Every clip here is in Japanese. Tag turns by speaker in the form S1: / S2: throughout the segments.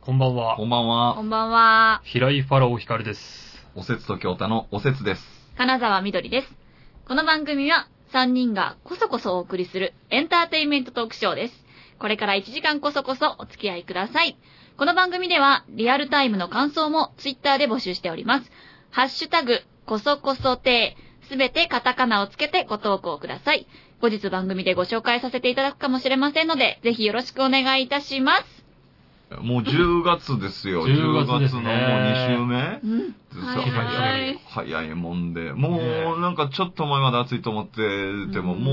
S1: こんばんは
S2: こ。んばん
S3: こ
S2: は。
S3: んばんは。
S1: 平井ファラオヒカルです。
S2: おせつと京太のおせつです。
S3: 金沢みどりです。この番組は3人がこそこそお送りするエンターテインメントトークショーです。これから1時間こそこそお付き合いください。この番組ではリアルタイムの感想もツイッターで募集しております。ハッシュタグ、こそこそてすべてカタカナをつけてご投稿ください。後日番組でご紹介させていただくかもしれませんので、ぜひよろしくお願いいたします。
S2: もう10月ですよ。
S1: 10
S2: 10
S1: 月で
S2: 月
S1: す
S2: の
S1: ね
S2: もう2週目
S3: うん。早い
S1: 早い
S2: 早いもんで。
S1: ね
S2: もうなんかちょっと前まで暑いと思ってても、
S3: うん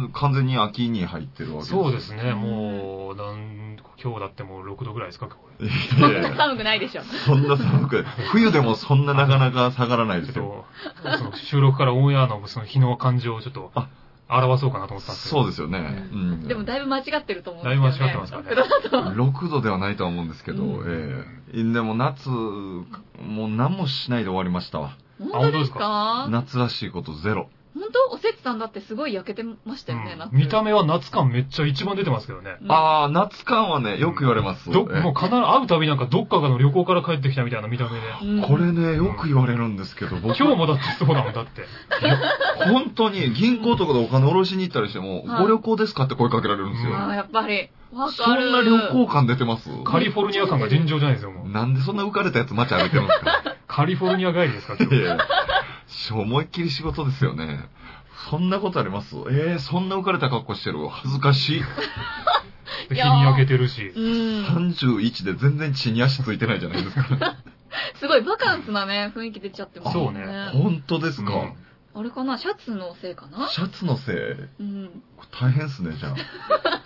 S2: もう完全に秋に入ってるわけ。
S1: そうですすね、もう、なん今日だってもう6度ぐらいですか、これ。
S2: いやいや
S3: 寒くないでしょ。
S2: そんな寒くない、冬でもそんななかなか下がらない
S1: ちょっ
S2: ですよ。
S1: と、その収録からオンエアのその日の感情をちょっと
S2: あ、
S1: 表そうかなと思ってたんですけど。
S2: そうですよね。うん。
S3: でもだいぶ間違ってると思うん
S1: だ
S3: で
S1: い
S3: す
S1: ぶ
S3: よ
S1: 間
S3: ね。
S1: 違ってますからね。
S2: 6度ではないとは思うんですけど、
S1: うん
S2: ええでも夏、もう何もしないで終わりましたわ。
S3: 本当ですか本
S2: 夏らしいことゼロ。
S3: 当おせつさんだってすごい焼けてましたよね、
S1: うん
S3: 夏
S1: 見た目は夏感めっちゃ一番出てますけどね。
S3: うん
S2: ああ、夏感はね、よく言われます。
S1: ど、
S2: ええ
S1: もう必ず会うたびなんかどっかの旅行から帰ってきたみたいな見た目で。
S3: うん
S2: これね、よく言われるんですけど、僕、
S1: 今日もだってそうだもん、だって。
S2: 本当に銀行とかでお金下ろしに行ったりしても、
S3: はい
S2: ご旅行ですかって声かけられるんです
S1: う
S2: よ
S3: あ。あ、やっぱり。わ
S2: そ
S3: かる。
S2: んな旅行感出てます
S1: カリフォルニア感が尋常じゃないですよ、もう。
S2: なんでそんな浮かれたやつ街歩いてるんですか
S1: カリフォルニア帰りですか、今
S2: い
S1: 日。
S2: やいやし思いっきり仕事ですよね。そんなことありますえー、そんな浮かれた格好してる恥ずかしい。
S1: 日に焼けてるし
S3: う。ん。
S2: 31で全然血に足ついてないじゃないですか。
S3: すごいバカンスなね、雰囲気出ちゃってます
S1: そう
S3: よ
S1: ね
S2: 本当ですか、
S1: うん
S3: あれかなシャツのせいかな
S2: シャツのせい、
S3: うん。
S2: これ大変っすね、じゃあ。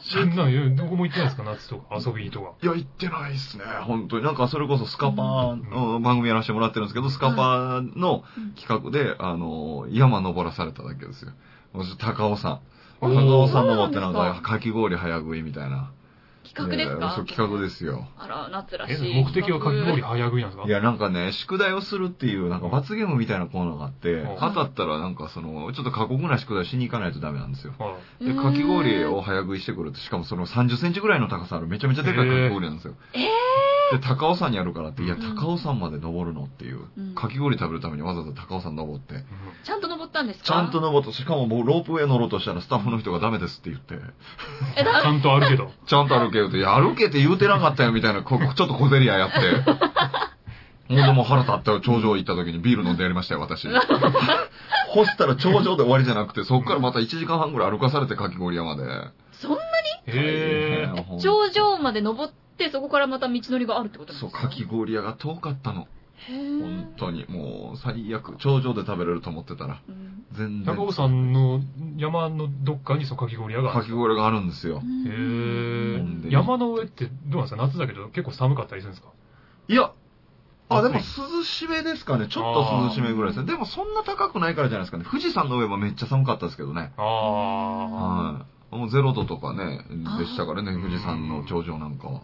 S1: そんな、いやどこも行ってないですか、夏とか、遊びとか。
S2: いや、行ってないですね。本当に。なんか、それこそスカパー
S1: う
S2: の番組やらせてもらってるんですけど、スカパーの企画で、あの、山登らされただけですよ。もうちょっと高尾さん。
S1: おー
S2: 高尾さん登ってなん
S3: そうなん
S2: か
S3: で、す
S2: かき氷早食いみたいな。
S3: 企画です
S2: いや
S3: か
S2: そう、企画ですよ。
S3: あら、夏らし
S1: え、
S3: い。
S1: 目的はかき氷早食いなんですか
S2: いや、なんかね、宿題をするっていう、なんか罰ゲームみたいなコーナーがあって
S1: うん、
S2: 当たったらなんかその、ちょっと過酷な宿題しに行かないとダメなんですよ。
S1: は
S2: で、かき氷を早食いしてくると、しかもその30センチぐらいの高さある、めちゃめちゃでかいかき氷なんですよ。で、高尾山にあるからって、いや、
S3: うん
S2: 高尾山まで登るのっていう、
S3: うん
S2: かき氷食べるためにわざわざ高尾山登って、
S1: い。うん
S3: ちゃんと登ったんですか
S2: ちゃんと。登って、しかももうロープウェイ乗ろうとしたらスタッフの人がダメですって言って、
S3: え、
S1: ちゃ
S3: だ、
S1: んとあるけど。
S2: ちゃんと歩けよって、いや、歩けって言うてなかったよみたいな、ここちょっと小競り合い やって。ほんでもう腹立ったよ、頂上行った時にビール飲んでやりましたよ、 私。干したら頂上で終わりじゃなくて、そっからまた1時間半ぐらい歩かされて、かき氷山で。
S3: そんな
S1: へえ。
S2: ほんと
S3: 頂上まで登って、そこからまた道のりがあるってことなん
S2: そ
S3: で
S2: う、
S3: すか
S2: かき氷屋が遠かったの。
S3: へー
S2: 本当に。もう、最悪。頂上で食べれると思ってたら。
S3: うん
S2: 全然。
S1: 高尾山の山のどっかにそうかき氷屋があ
S2: か
S1: る。
S2: き氷があるんですよ。
S1: へ
S2: ほ
S1: ー
S2: んで
S1: 山の上ってどうなんですか夏だけど結構寒かったりするんですか
S2: いや、あ、でも
S1: 暑
S2: 涼しめですかね。ちょっと涼しめぐらいですね。でもそんな高くないからじゃないですかね。富士山の上はめっちゃ寒かったですけどね。
S1: ああ。
S2: はい。もうゼロ度とかね、
S3: あー
S2: でしたからね、富士山の頂上なんかは。
S3: はい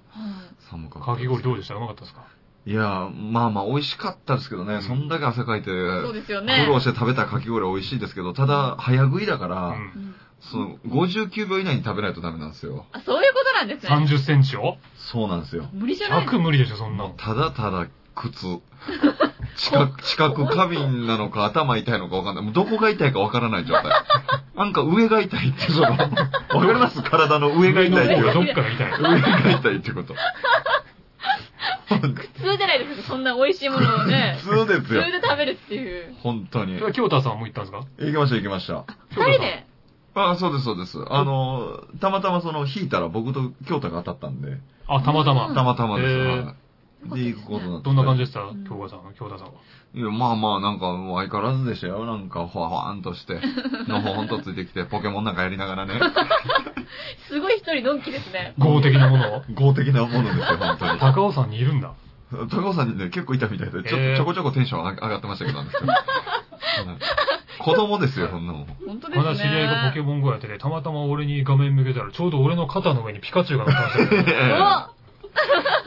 S2: 寒かった
S1: か
S2: です。
S1: き氷どうでしたうまかったですか
S2: いや、まあまあ美味しかったですけどね。そんだけ汗かいて、
S3: そ
S2: 苦
S3: うですよね。
S2: 労して食べたかき氷は美味しいですけど、ただ、早食いだか
S1: う
S2: ら、
S1: ん。
S3: うん
S2: その、59秒以内に食べないとダメなんですよ。
S3: あ、そういうことなんですね。
S1: 30センチを
S2: そうなんですよ。
S3: 無理じゃない
S1: ?100 無理でしょ、そんなの。
S2: ただただ靴。 近く、近く過敏なのか頭痛いのかわかんない。もうどこが痛いかわからない状 態。なんか上が痛いって、その、わ かります体の上が
S1: 上の
S2: 痛い
S1: 方
S2: ってこ
S1: が
S2: と。
S1: どっから 痛い。
S2: 上が痛いってこと。
S3: 普通じゃないですか、そんな美味しいものを ね。
S2: 普通で
S3: 普
S2: す
S3: 通
S2: よ。
S3: で食べるっていう。
S2: 本当に。
S1: それは
S2: 行
S1: 京太さんも行ったんですか
S2: きました行きました。
S3: 二人で。
S2: あそうですそうです。あの、たまたまその、引いたら僕と京太が当たったんで、
S1: あ、たまた
S2: た
S1: ま。
S2: またまです。
S1: へー
S2: はいで、行くことになって。
S1: どんな感じでした京太さん、京太さんは。
S2: いや、まあまあ、なんか、もう相変わらずでしたよ。なんか、ほわほわんとして、のほほんとついてきて、ポケモンなんかやりながらね、
S3: すごい一人のんきですね。
S1: 豪的なものを。
S2: 豪的なもの ですよ、本当に。
S1: 高尾山にいるんだ。
S2: 高尾さんね、結構いたみたいで、ちょ,、
S1: えー
S2: ちょこちょこテンション上がってましたけど、あ の人はい子供ですよ、そんなもん。
S3: 本当ですね。
S1: まだ知り合いがポケモン GO やってて、たまたま俺に画面向けたら、ちょうど俺の肩の上にピカチュウが乗ってましたね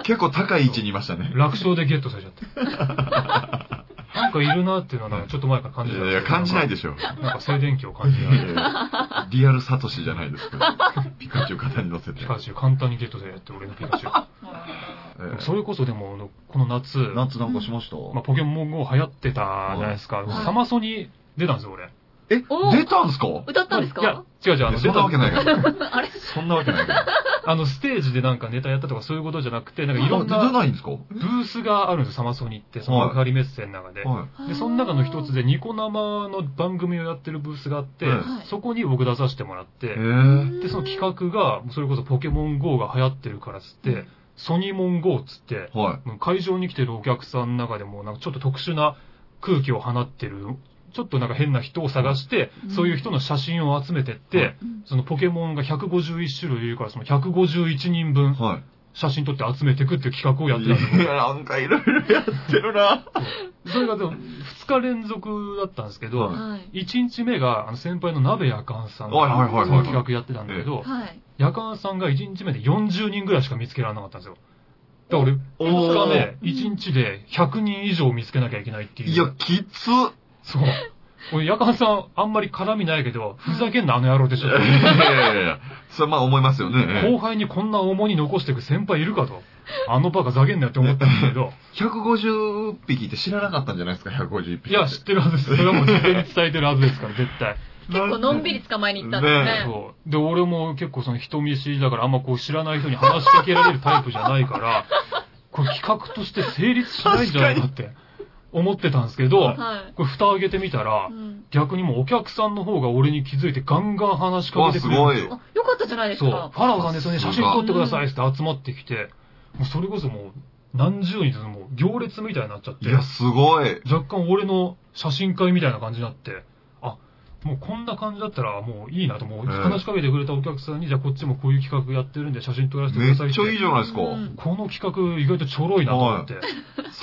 S2: 結構高い位置にいました ね。
S1: 楽勝でゲットされちゃって。なんかいるなっていうのは、なんかちょっと前から感
S2: い
S1: じてた
S2: やいや、感じないでしょ。
S1: ょ。なんか静電気を感じ
S2: い
S1: な
S2: や
S1: がら
S2: いやリアルサ トシじゃないですか。ピカチュウ肩に乗せて
S1: ピ。カチュウ簡単にゲットせやって、俺のピカチュウ。
S3: あ
S2: ええ
S1: それこそでも、あのこの夏、
S2: 夏なんかしました、
S1: まあ、ポケモン GO 流行ってたじゃないですか。
S2: はい
S1: サマソに出たんですよ、俺。
S2: え、
S3: お
S2: 出たんすか
S3: 歌ったんですか
S1: いや、違う違う、あの、
S2: そ
S1: 出
S2: んなわ
S1: た、
S2: けないから。
S3: あれ
S2: そんなわけないから。
S1: あの、ステージでなんかネタやったとかそういうことじゃなくて、なんかいろん
S2: あ出
S1: な
S2: ないんですか
S1: ブースがあるんですよ、サマソニって、その
S2: はい
S1: 幕張メッセの中で。
S2: は
S1: で、その中の一つでニコ生の番組をやってるブースがあって、
S2: はい
S1: そこに僕出させてもらっ
S2: い。
S1: て
S2: え、ー、
S1: で、その企画が、それこそポケモン GO が流行ってるからっつって、
S3: うん
S1: ソニモン GO っつって、
S2: はい。
S1: 会場に来てるお客さんの中でも、なんかちょっと特殊な空気を放ってる、ちょっとなんか変な人を探して、
S3: うん
S1: そういう人の写真を集めてって、
S2: はい
S3: うん
S1: そのポケモンが151種類いるから、その151人分
S2: はい。
S1: 写真撮って集めてくっていう企画をやってたんです
S2: い
S1: よ
S2: や、なんかいろいろやってるな。
S1: それがでも2日連続だったんですけど、
S2: はい
S3: はい。
S1: 1日目が、あの、先輩の鍋やかんさんが、
S2: はいはいはいはい
S1: その企画やってたんだけど、
S3: はい。
S1: やかんさんが1日目で40人ぐらいしか見つけられなかったんですよ。だから
S2: お
S1: 俺、
S2: ー。
S1: 2日目、1日で100人以上見つけなきゃいけないっていう。
S2: いや、きつ。
S1: そう。俺、やかんさん、あんまり絡みないけど、ふざけんな、あの野郎でしょ
S2: い。やいやいやそれまあ思いますよね。
S1: 後輩にこんな重荷残してく先輩いるかと。あのバカざけんなよって思ったんだけど、
S2: 150匹って知らなかった んじゃないですか、150匹。
S1: いや、知ってるはずです。それはもう事前に伝えてるはずですから、絶対。
S3: 結構のんびり捕まえに行ったんです
S2: ね
S3: ね。
S1: そう。で、俺も結構その人見知りだからあんまこう知らない人に話しかけられるタイプじゃないから、これ企画として成立しないんじゃないかって思ってたんですけど、
S3: は
S1: これ蓋開けてみたら
S3: い。う、ん
S1: 逆にもうお客さんの方が俺に気づいてガンガン話しか
S2: わ、
S1: けて
S2: す
S1: くれるん
S2: ご
S1: です
S2: い
S1: よ。。
S3: あ、よかったじゃないです
S1: そう。
S3: か。
S1: ファラオさんですよね、
S2: さ
S1: 写
S2: す
S1: 真
S2: が
S1: 撮ってくださいって集まってきて、もうそれこそもう何十人ともう行列みたいになっちゃって
S2: い、や、すごい。
S1: 若干俺の写真会みたいな感じになって、あ、もうこんな感じだったらもういいなと、もう
S2: ええ
S1: 話しかけてくれたお客さんに、じゃあこっちもこういう企画やってるんで写真撮らせてく
S2: め
S1: だ
S2: っ
S1: さいって。
S2: ちゃいいじゃないですか。
S3: うん
S1: この企画意外とちょろいなと思って、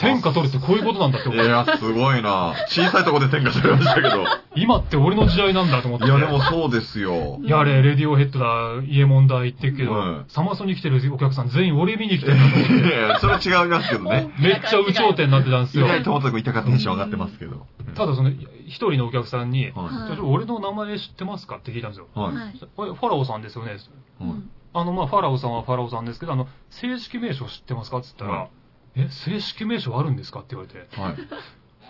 S1: 天下取るってこういうことなんだって
S2: い
S1: 思って、
S2: や、すごいな。小さいとこで天下されましたけど。
S1: 今って俺の時代なんだと思って。
S2: いや、でもそうですよ。
S1: いやれ、レディオヘッドだ、イエモンだ言ってるけど、
S2: うん
S1: サマソに来てるお客さん全員俺見に来てる
S2: い
S1: んだと思って。
S2: やいや、それは違いますけどね。
S1: めっちゃ有頂天になってたんです
S2: 意
S1: よ。
S2: 外ともとくいたかテンション上がってますけど。
S1: ただその、一人のお客さんに、
S2: は
S3: はい
S1: 俺の名前知ってますかって聞いたんですよ。
S2: い。はい。
S3: は
S1: え
S3: い。
S1: ファラオさんですよね
S3: う
S2: はい
S3: ん
S1: あの、まあ、ファラオさんはファラオさんですけど、あの、正式名称知ってますかって言ったら、
S2: はい
S1: え、正式名称あるんですかって言われて、
S2: はい。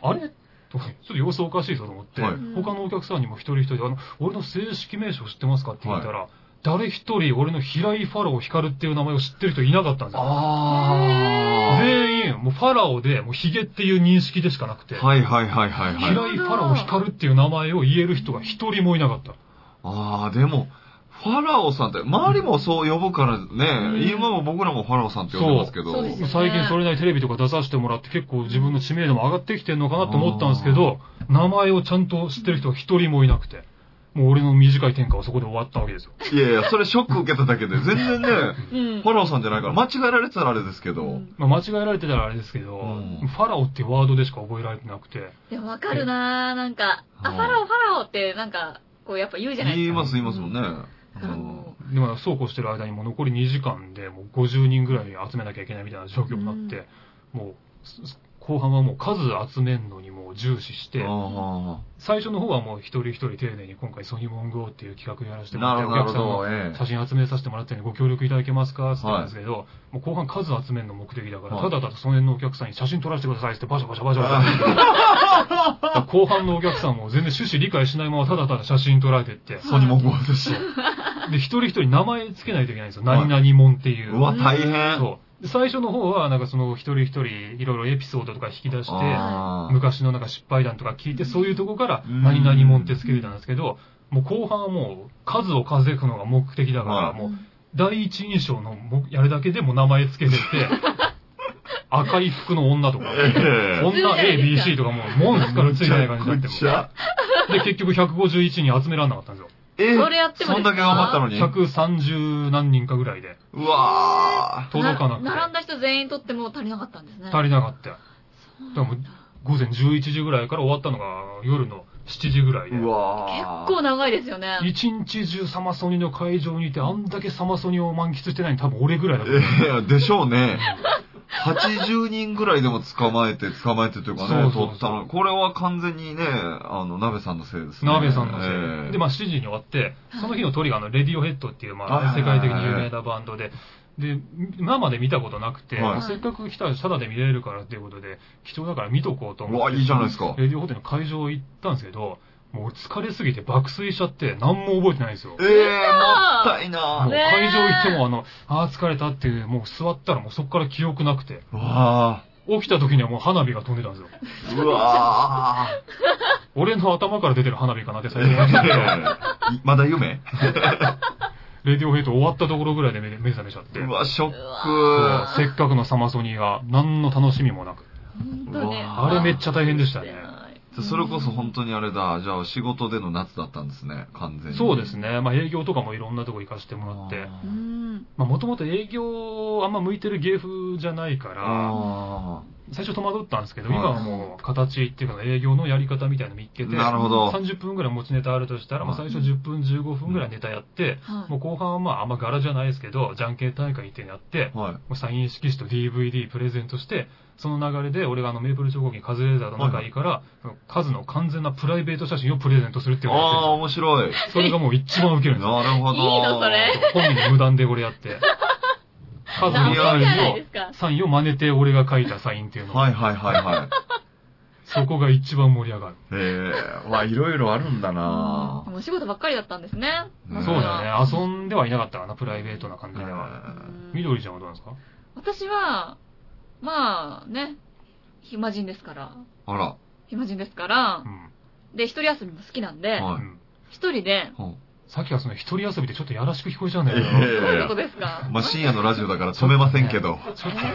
S1: あれとかちょっと様子おかしいぞと思って、
S2: はい
S1: 他のお客さんにも一人一人、あの、俺の正式名称知ってますかって聞いたら、誰一人俺の平井ファラオ光っていう名前を知ってる人いなかったんですよ。
S2: あー。
S1: 全員、もうファラオで、もうヒゲっていう認識でしかなくて、
S2: はいはいはいはいはい。
S1: 平井ファラオ光るっていう名前を言える人が一人もいなかった。
S2: ああ、でも、ファラオさんって、周りもそう呼ぶからね、
S3: うん
S2: 今も僕らもファラオさんって呼んでますけど。
S3: そうそうですよね
S1: 最近それなりにテレビとか出させてもらって結構自分の知名度も上がってきてるのかなと思ったんですけど、名前をちゃんと知ってる人が一人もいなくて、もう俺の短い天下はそこで終わったわけですよ。
S2: いやいや、それショック受けただけで、全 然ね、
S3: うん
S2: ファラオさんじゃないから、間違えられてたらあれですけど。
S3: うん
S1: まあ、間違えられてたらあれですけど、
S2: うん
S1: ファラオっていうワードでしか覚えられてなくて、
S3: いや、わかるなぁ、なんか。あ、
S2: うん
S3: ファラオ、ファラオって、なんか、こう、やっぱ言うじゃない
S2: 言い
S3: ですか。
S2: ます言いますもんね。
S3: だから
S2: うん
S3: も
S1: でもそうこうしてる間にもう残り2時間でもう50人ぐらい集めなきゃいけないみたいな状況になって、もう、す後半はもう数集めんのにもう重視して、
S2: あ
S1: 最初の方はもう一人一人丁寧に今回ソニーモングオーっていう企画やらせ
S2: あ、
S1: てもら
S2: な
S1: って
S2: る
S1: お
S2: ほ
S1: 客さ
S2: ど、なる
S1: んの
S2: ほど、え
S1: 写真集めさせてもらってるんでご協力いただけますかって言ったんですけど、もう後半数集めるの目的だから、
S2: は
S1: た
S2: い
S1: だただその辺のお客さんに写真撮らせてくださいってバシャバシャバシャバシャ言ってだから後半のお客さんも全然趣旨理解しないままただただ写真撮られてって
S2: え。、ソニモンゴーですし。
S1: で、一人一人名前つけないといけないんですよ。
S2: はい
S1: 何々もんっていう。
S2: うわ、大変。
S1: そう。で最初の方は、なんかその一人一人いろいろエピソードとか引き出して、
S2: あー
S1: 昔のなんか失敗談とか聞いて、そういうとこから、
S2: うん
S1: 何々もんってつけてたんですけど、もう後半はもう、数を数えくのが目的だから、
S2: はい
S1: もう、第一印象のも、やるだけでもう名前つけてって、 赤い服の女とか、
S2: ええ。
S1: 女 A、B、C とかもう、もんからついてない感じになって
S2: めちゃ
S1: もう。で、結局151人集めらんなかったんですよ。
S2: え
S3: それやっても
S2: そ
S3: です
S2: んだ
S3: か
S2: け頑張ったのに。
S1: 130何人かぐらいで、
S2: うわ
S1: 届かなくて
S3: 並んだ人全員取っても足りなかったんですね。
S1: 足りなかったよ。
S3: そうなん
S1: で
S3: だ
S1: も午前11時ぐらいから終わったのが夜の7時ぐらいで
S2: ー。。うわー。
S3: 結構長いですよね。
S1: 一日中サマソニの会場にいて、あんだけサマソニを満喫してないの多分俺ぐらいだと思う
S2: いや、でしょうね。80人ぐらいでも捕まえて、捕まえてというか
S1: そ
S2: ね
S1: う、そうそう
S2: 取ったの。これは完全にね、あの、鍋さんのせいですね。
S1: ナーベさんのせいで。
S2: ええ
S1: で、まあ7時に終わって、その日のトリがあの、レディオヘッドっていう、ま
S2: は
S1: あ、
S2: い
S1: 世界的に有名なバンドで、で、今まで見たことなくて、
S2: はい
S1: せっかく来たらタダで見れるからっていうことで、貴重だから見とこうと
S2: う
S1: 思って。
S2: わ、いいじゃないですか。
S1: レディオホテルの会場行ったんですけど、もう疲れすぎて爆睡しちゃって、何も覚えてないんですよ。
S2: ええもったい
S1: もう
S2: な
S3: ね
S1: 会場行っても、あの、ああ、疲れたっていう、もう座ったらもうそこから記憶なくて、
S2: うわ
S1: 起きた時にはもう花火が飛んでたんですよ。
S2: ーうわー
S1: 俺の頭から出てる花火かなって最初思って
S2: いまだ夢
S1: レディオヘイト終わったところぐらいで目目覚めちゃって、
S2: うわ、ショッ
S1: そう
S2: ク。
S1: せっかくのサマソニーが何の楽しみもなく。
S3: 本当ね。
S2: うわ
S1: あれめっちゃ大変でしたね。
S2: それこそ本当にあれだ、じゃあ仕事での夏だったんですね、完全に。
S1: そうですね。まあ営業とかもいろんなとこ行かせてもらって、
S3: う。ん。
S1: まあもともと営業あんま向いてる芸風じゃないから、
S2: あ
S1: 最初戸惑ったんですけど、
S2: はい
S1: 今はもう形っていうか営業のやり方みたいなの見っけ
S2: ー
S1: て、
S2: なるほど。
S1: 30分ぐらい持ちネタあるとしたら、まあ
S2: は
S1: 最
S2: い
S1: 初10分15分ぐらいネタやって、
S3: はい。
S1: もう後半はまああんま柄じゃないですけど、じゃんけん大会っていうのやって、
S2: はい。
S1: もうサイン色紙と DVD プレゼントして、その流れで俺があのメープル超合金カズレーザーと仲いいから、そのカズの完全なプライベート写真をプレゼントするってい
S2: あ
S1: うのを
S2: あー、
S1: やって
S2: 面白い。
S1: るそれがもう一番ウケ
S2: な
S1: るんですよ。
S2: るほど。
S3: いいのそれ
S1: 本人無断で俺やって。カズ
S3: ダ
S1: の
S3: メじ
S1: サ
S3: ゃな
S1: イ
S3: い
S1: ン
S3: で
S1: を、
S3: すか。
S1: サインを真似て俺が書いたサインっていうのを、
S2: はいはいはいはい。
S1: そこが一番盛り上がる。
S2: ええわ、いろいろあるんだな
S3: うんお仕事ばっかりだったんですね。
S2: ね
S1: そうだよね。遊んではいなかったかな、プライベートな感じでは。
S2: え
S1: みどりちゃんはどうなんですか
S3: 私は、まあね、暇人ですから、
S2: ーあら、
S3: 暇人ですから
S1: う、ん。
S3: で、一人遊びも好きなんで、
S1: う
S2: はい。
S1: ん
S3: 一人で、
S2: ほう
S1: さっきはその一人遊びでちょっとやらしく聞こえちゃうんだよ
S2: え
S1: ね。
S2: え
S3: どういうことですか
S2: まあ、深夜のラジオだから止めませんけど、
S1: ちょっとね、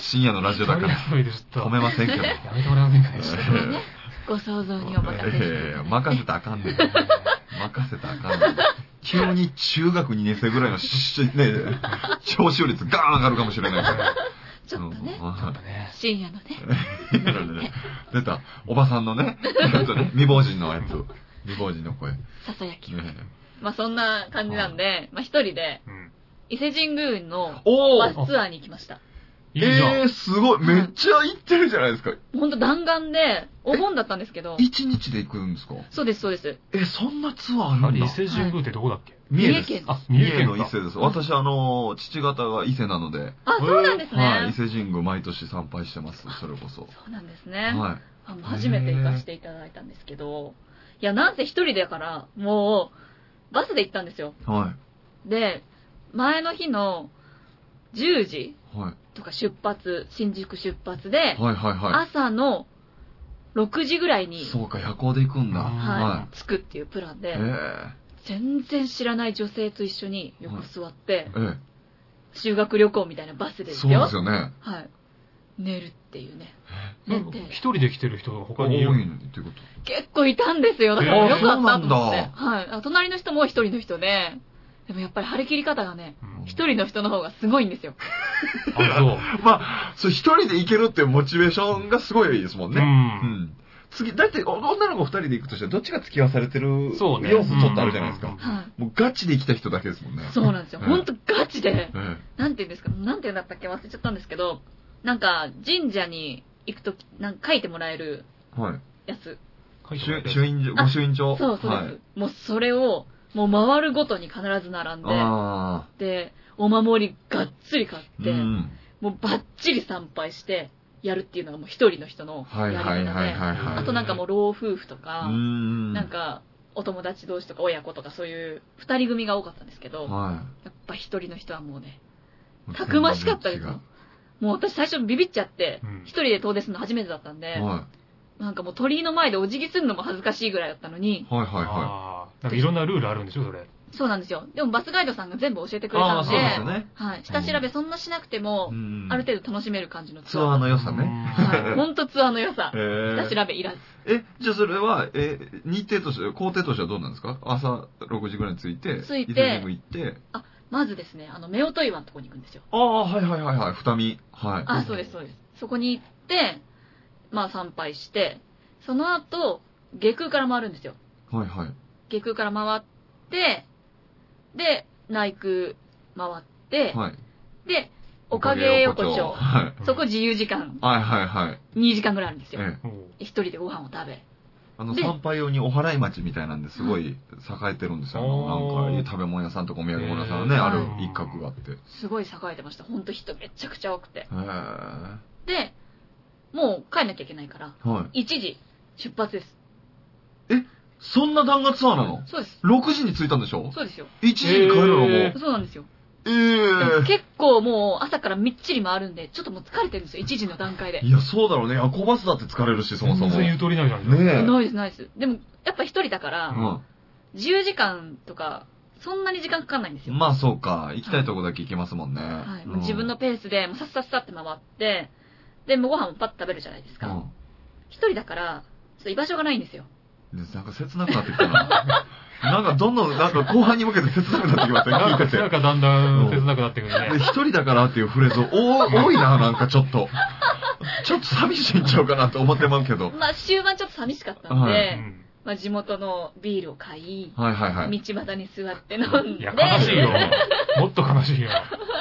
S2: 深夜のラジ
S1: 一
S2: オだ
S1: 人
S2: から
S1: 遊びでちょっ
S2: 止
S1: と。
S2: めませんけど。
S1: やめてもらえませんかね。
S3: これね、ご想像にお任せして
S2: ええ任せたらあかんねん。任せたらあかんねん。急に中学2年生ぐらいのし、ね、聴取率ガーン上がるかもしれないから。
S3: ちょっとね
S2: うん
S1: ちょっとね。
S3: 深夜のね、
S2: 出た、おばさんのね、やつね未亡人のやつ。未亡人の声。ね
S3: ささやき。まあそんな感じなんで、まあ一人で、
S1: うん。
S3: 伊勢神宮の
S2: お
S3: バ
S2: ー
S3: スツアーに行きました。
S1: いいじゃん。
S2: えー、すごい。めっちゃ行ってるじゃないですか。
S3: ほんと弾丸で、お盆だったんですけど、
S2: 1日で行くんですか
S3: そうです、そうです。
S2: え、そんなツアーあるん
S1: 伊
S2: だ。
S1: 勢神宮ってどこだっけ
S2: 三重です
S3: 三重県
S1: あ、三
S2: 三
S1: 重
S2: 重
S1: 県
S2: の伊
S1: か。
S2: 勢です。私、あの、父方が伊勢なので、
S3: あ、そうなんですね。
S2: はい、伊勢神宮毎年参拝してます、それこそ。
S3: そうなんですね。
S2: はい。
S3: あの初めて行かせていただいたんですけど、いや、なんせ一人だから、もう、バスで行ったんですよ。
S2: は
S3: で、前の日の10時
S2: い。はい。
S3: とか出発、新宿出発で、
S2: はいはいは
S3: 朝の6時ぐらい
S2: い。
S3: に、
S2: そうか、夜行で行くんだ。
S1: うん
S2: は
S3: はい、着くっていうプラン
S2: い。
S3: で
S2: え、
S3: 全然知らない女性と一緒に横座って、
S2: ええ
S3: 修学旅行みたいなバス
S2: え
S3: で
S2: そ
S3: す
S2: うで
S3: よ
S2: す。よね。
S3: はい。寝るっていうね。
S1: う
S3: 寝
S1: ん
S3: て
S1: 一。人で来てる人が他
S2: 多
S1: にい
S2: いの
S1: る。
S2: にっていうこと。
S3: 結構いたんですよ。だから
S1: えー
S3: よかったと
S2: そう
S3: 思って。
S2: なん
S3: はいあ。隣の人も一人の人で、でもやっぱり張り切り方がね、
S1: うん
S3: 一人の人の方がすごいんですよ。
S1: あ、そう。
S2: まあ、そう、一人で行けるっていうモチベーションがすごいですもん
S1: う。
S2: ね。うんん。次、だって、お女の子二人で行くとしたら、どっちが付き合わされてる
S1: そうね。
S2: 要素ちょっとあるじゃないです
S1: うん
S2: か。
S3: はい。
S2: もうガチで来た人だけですもんね。
S3: そうなんですよ。
S2: うん
S3: ほんとガチで、
S2: え
S3: なんて言うんですか、なんて言うんだったっけ忘れちゃったんですけど、なんか神社に行くとき、なんか書いてもらえる
S2: え。はい。
S3: やつ。
S1: 書いてもらっ
S2: 主
S1: て
S2: 主印帳、
S3: あ
S2: ご主印帳。
S3: そうそうです。
S2: はい。
S3: もうそれを、もう回るごとに必ず並んで、
S2: あ
S3: で、お守りがっつり買っ
S2: あ。
S3: て、
S2: うん。
S3: もうバッチリ参拝して、やるっていうのがもう一人の人のや
S2: はい
S3: り方で、
S2: はいはいはいはい。
S3: あとなんかもう老夫婦とか、
S2: うん。
S3: なん、かお友達同士とか親子とかそういう二人組が多かったんですけど、
S2: は
S3: やっぱ一人の人はもうね、
S2: い。
S3: たくましかったです
S2: は
S3: よ。もう私最初ビビっちゃって
S1: うん、
S3: 一人で遠出するの初めてだったん
S2: い。
S3: で、
S2: は
S3: なんかもう鳥居の前でお辞儀するのも恥ずかしいぐらいだったのに、
S2: いはいはい。
S1: あーなんかいろんなルールあるんでしょ、それ。
S3: そうなんですよ。でもバスガイドさんが全部教えてくれ
S2: あ
S3: た
S2: あ、
S3: の
S2: そう
S3: で、
S2: ですよね。
S3: はい、下調べそんなしなくても、ある程度楽しめる感じの
S2: ツ
S3: ツ
S2: ア
S3: ア
S2: ー
S3: ー。
S2: の良さね。
S3: はい、
S1: ね。
S3: ほんとツアーの良さ
S2: え。
S3: 下
S2: ー、
S3: 調べいらず。
S2: え、じゃあそれは、えー、日程として、工程としてはどうなんですか朝6時ぐらいに着いて、
S3: 着いて
S2: 伊勢神宮行って、
S3: まずですね、あの、夫婦岩のとこに行くんですよ。
S2: ああ、はいはいはいはい、二見、はい。
S3: あ、そうです、そうです。そこに行って、まあ参拝して、その後、下空から回るんですよ。
S2: はいはい。
S3: 下空から回って、で、内空回って、
S2: はい。
S3: で、おかげ横
S2: おかげ
S3: 丁。
S2: はい。
S3: そこ自由時間、
S2: はいはいはい。
S3: 2時間ぐらいあるんです
S2: え
S3: よ。
S2: え
S1: うん
S3: 一人でご飯を食べ、
S2: あの、
S3: で
S2: 参拝用にお払い町みたいなんですごい栄えてるんですよ。あの
S1: あー
S2: なんか、食べ物屋さんとかお土産物屋さんのね、
S3: へー
S2: ある一角があって。へ
S3: すごい栄えてました。ほんと人めちゃくちゃ多くて。
S2: ー
S3: で、もう帰んなきゃいけないから、
S2: はい。
S3: 1時出発です。
S2: そんな弾丸ツアーなの
S3: そうです。
S2: ?6 時に着いたんでしょ
S3: そうですよ。
S2: ?1 時に帰るのもう。
S1: へ
S2: え
S1: ー
S3: そうなんですよ。
S2: え
S3: 結構もう朝からみっちり回るんで、ちょっともう疲れてるんですよ、1時の段階で。
S2: いや、そうだろうね。夜行バスだって疲れるし、そもそ
S1: 全
S2: も。
S1: 然ゆ
S2: ね
S1: とりないじゃん。
S2: え。
S3: ないです、ないです。でも、やっぱ一人だから、
S2: う
S3: 10時間とか、そんなに時間かかんないんですよ。
S2: ん。まあそうか。行きたいとこだけ行けますもんね。
S3: はい、
S2: うん
S3: もう自分のペースで、もうさっさっさって回って、で、もうご飯をパッと食べるじゃないで
S2: う
S3: すか。一人だから、そう居場所がないんですよ。
S2: んねなんか切なくなってきたな。 なんかどんどん、なんか後半に向けて切なくなってきました
S1: な
S2: ね
S1: ん
S2: 聞
S1: か
S2: いてて。
S1: なんかだんだ
S2: うん
S1: ん切なくなってくる
S2: で
S1: ね。
S2: 一人だからっていうフレーズ、お多いな、なんかちょっと。ちょっと寂しいんちゃうかなと思ってまうけど。
S3: まあ、終盤ちょっと寂しかったんで、
S2: は
S1: う
S2: い
S1: ん
S3: まあ、地元のビールを買い、
S2: はいはいはい。
S3: 道端に座って飲ん
S1: い
S3: で、。
S1: や、悲しいよもっと悲しいよ。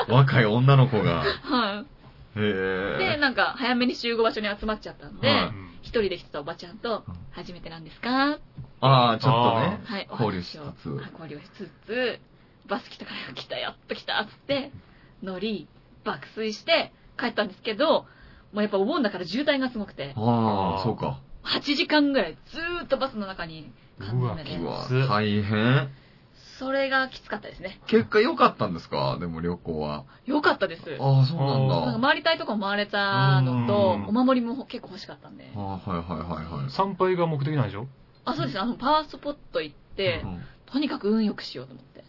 S2: 若い女の子が。
S3: は
S2: へ
S3: い。で、
S2: え。
S3: なんか、早めに集合場所に集まっちゃったんで、
S2: はい
S1: うん
S3: 一人で来てたおばちゃんと
S2: うん、
S3: 初めてなんですか
S2: ああ、ちょっとね。
S3: はい、お
S2: 交流
S3: 話
S2: し
S3: を
S2: つつ
S3: はい交流しつつ、バス来たから来た、やっと来たって、乗り、爆睡して帰ったんですけど、もうやっぱお盆だから渋滞がすごくて、
S2: あ
S1: あ
S2: あ、
S1: ー
S2: そうか。
S3: 8時間ぐらいずーっとバスの中に缶詰で
S2: う、わ
S1: うん、
S2: 大変。
S3: それがきつかったですね。
S2: 結果良かったんですかでも旅行は。
S3: よかったです。
S2: ああ、そうなんだ。
S3: なんか回りたいとこも回れたのと
S2: うん、
S3: お守りも結構欲しかったんで。
S2: ああ、はいはいはいはい。
S1: 参拝が目的なんでしょ
S3: あ、そうです。あの、パワースポット行って
S2: う、ん
S3: とにかく運良くしようと思って。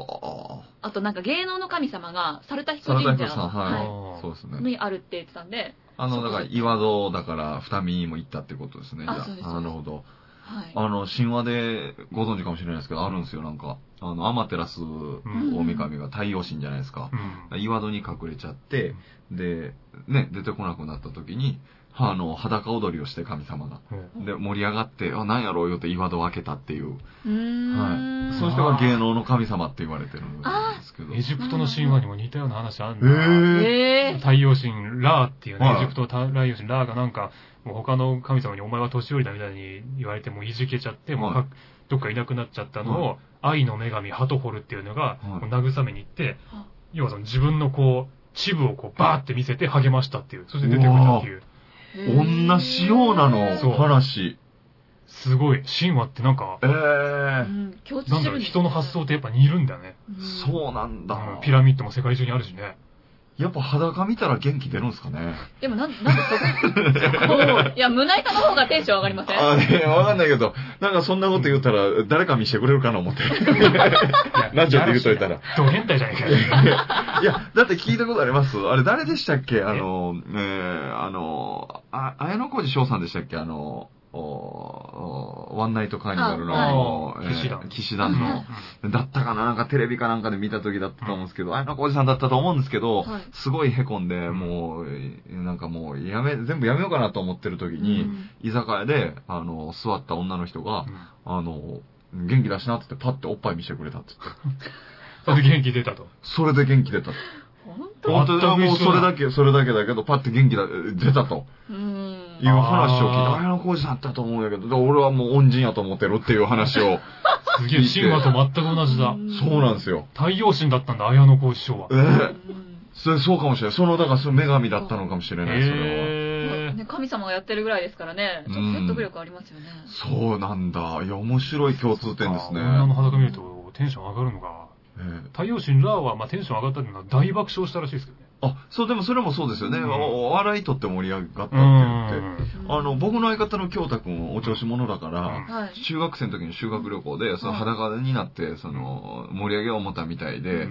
S2: はあ。
S3: あとなんか芸能の神様が、猿田彦
S2: サラダ
S3: 神
S2: ヒコ
S3: 社
S2: さん、
S3: は
S2: はい。そうです
S3: い
S2: ね。
S3: にあるって言ってたんで、
S2: あの、だから岩戸だから二見にも行ったってことですね。じゃ
S3: あそうです
S2: あ、なるほど。
S3: はい。
S2: あの、神話でご存知かもしれないですけど、あるんですよ、なんか。あの、アマテラス
S1: うん
S2: 大神が太陽神じゃないですか。
S1: うん
S2: 岩戸に隠れちゃって、で、ね、出てこなくなった時に、あの、裸踊りをして神様が。
S1: うん
S2: で、盛り上がって、あ、なんやろうよって岩戸を開けたっていう。
S3: うーん
S2: そういう人が芸能の神様って言われてるんですけど。
S1: エジプトの神話にも似たような話あるんだ。
S2: ええ
S3: え
S1: 太陽神ラーっていうね、
S2: はい
S1: エジプトの太陽神ラーがなんか、もう他の神様にお前は年寄りだみたいに言われて、もういじけちゃって、もうか
S2: は
S1: どっかいなくなっちゃったのを、愛の女神ハトホルっていうのが、
S2: はい
S1: もう慰めに行って
S3: は、
S1: 要はその自分のこう、チブをこうバーって見せて励ましたっていう、そして出てくれたっていう、
S3: ー
S2: 女仕様な
S1: そう
S2: の、話。
S1: すごい、神話ってなんか、
S2: ええ
S3: うん共通
S1: なんだ
S3: してる
S1: ろ
S3: ん
S1: う、
S3: です
S1: 人の発想ってやっぱ似るんだよね。
S3: うん。
S2: そうなんだ。
S1: うんピラミッドも世界中にあるし ね。
S2: やっぱ裸見たら元気出るんですかね。
S3: でもなん、なんでそここ ういや、胸板の方がテンション上がりません
S2: あ、いやわかんないけど、なんかそんなこと言ったら、誰か見してくれるかな思って。ラジオで言うといたら。
S1: ド変態じゃねえかよ。
S2: いや、だって聞いたことあります。あれ誰でしたっけあの、えー、あの、あ、綾小路翔さんでしたっけあの、おおワンナイトカーニバルの、
S3: あ
S2: あの
S1: はい
S2: えー
S1: 騎士団
S2: 騎士団 の、だったかななんかテレビかなんかで見た時だったと思うんですけど、綾小路さんだったと思うんですけど、
S3: はい
S2: すごい凹んで、
S1: ん
S2: もう、なんかもう、やめ、全部やめようかなと思ってる時に、
S3: うん
S2: 居酒屋で、あの、座った女の人が、
S1: うん
S2: あの、元気出しなって言って、パッておっぱい見せてくれたって言って。
S1: それで元気出たと。
S2: それで元気出たって。
S3: 本当
S2: 本当にも
S1: 全く
S2: う
S1: 一緒
S2: それ
S1: だ
S2: だけ、それだけだけど、パッて元気だ出たと
S3: う。
S2: いうん話を聞い
S1: あ
S2: た。
S1: ー
S2: 綾野浩二さんだったと思うんだけど、で俺はもう恩人やと思ってるっていう話を。
S1: すげえ、神話と全く同じだ。
S2: そうなん
S3: で
S2: ですよ。
S1: 太陽神だったんだ、綾野公師匠は
S2: え。ーそれそうかもしれない。その、だからその女神だったのかもしれない、それは。
S1: へー
S3: ね、神様がやってるぐらいですからね、ちょっと説得力ありますよね。
S2: そうなんだ。いや、面白い共通点ですね。
S1: 女の裸見るとテンション上がるのが。
S2: えー
S1: 太陽神ラーはまあテンション上がったっていうのは大爆笑したらしいですけどね。
S2: あ、そう、でもそれもそうですよね。
S1: うん
S2: おお笑いとって盛り上がったって
S1: う
S2: 言って。
S1: ん。
S2: あの、僕の相方の京太くん、お調子者だから、
S1: うん
S3: はい。
S2: 中学生の時に修学旅行で、その
S3: はい
S2: 裸になって、その、盛り上げを思ったみたいで、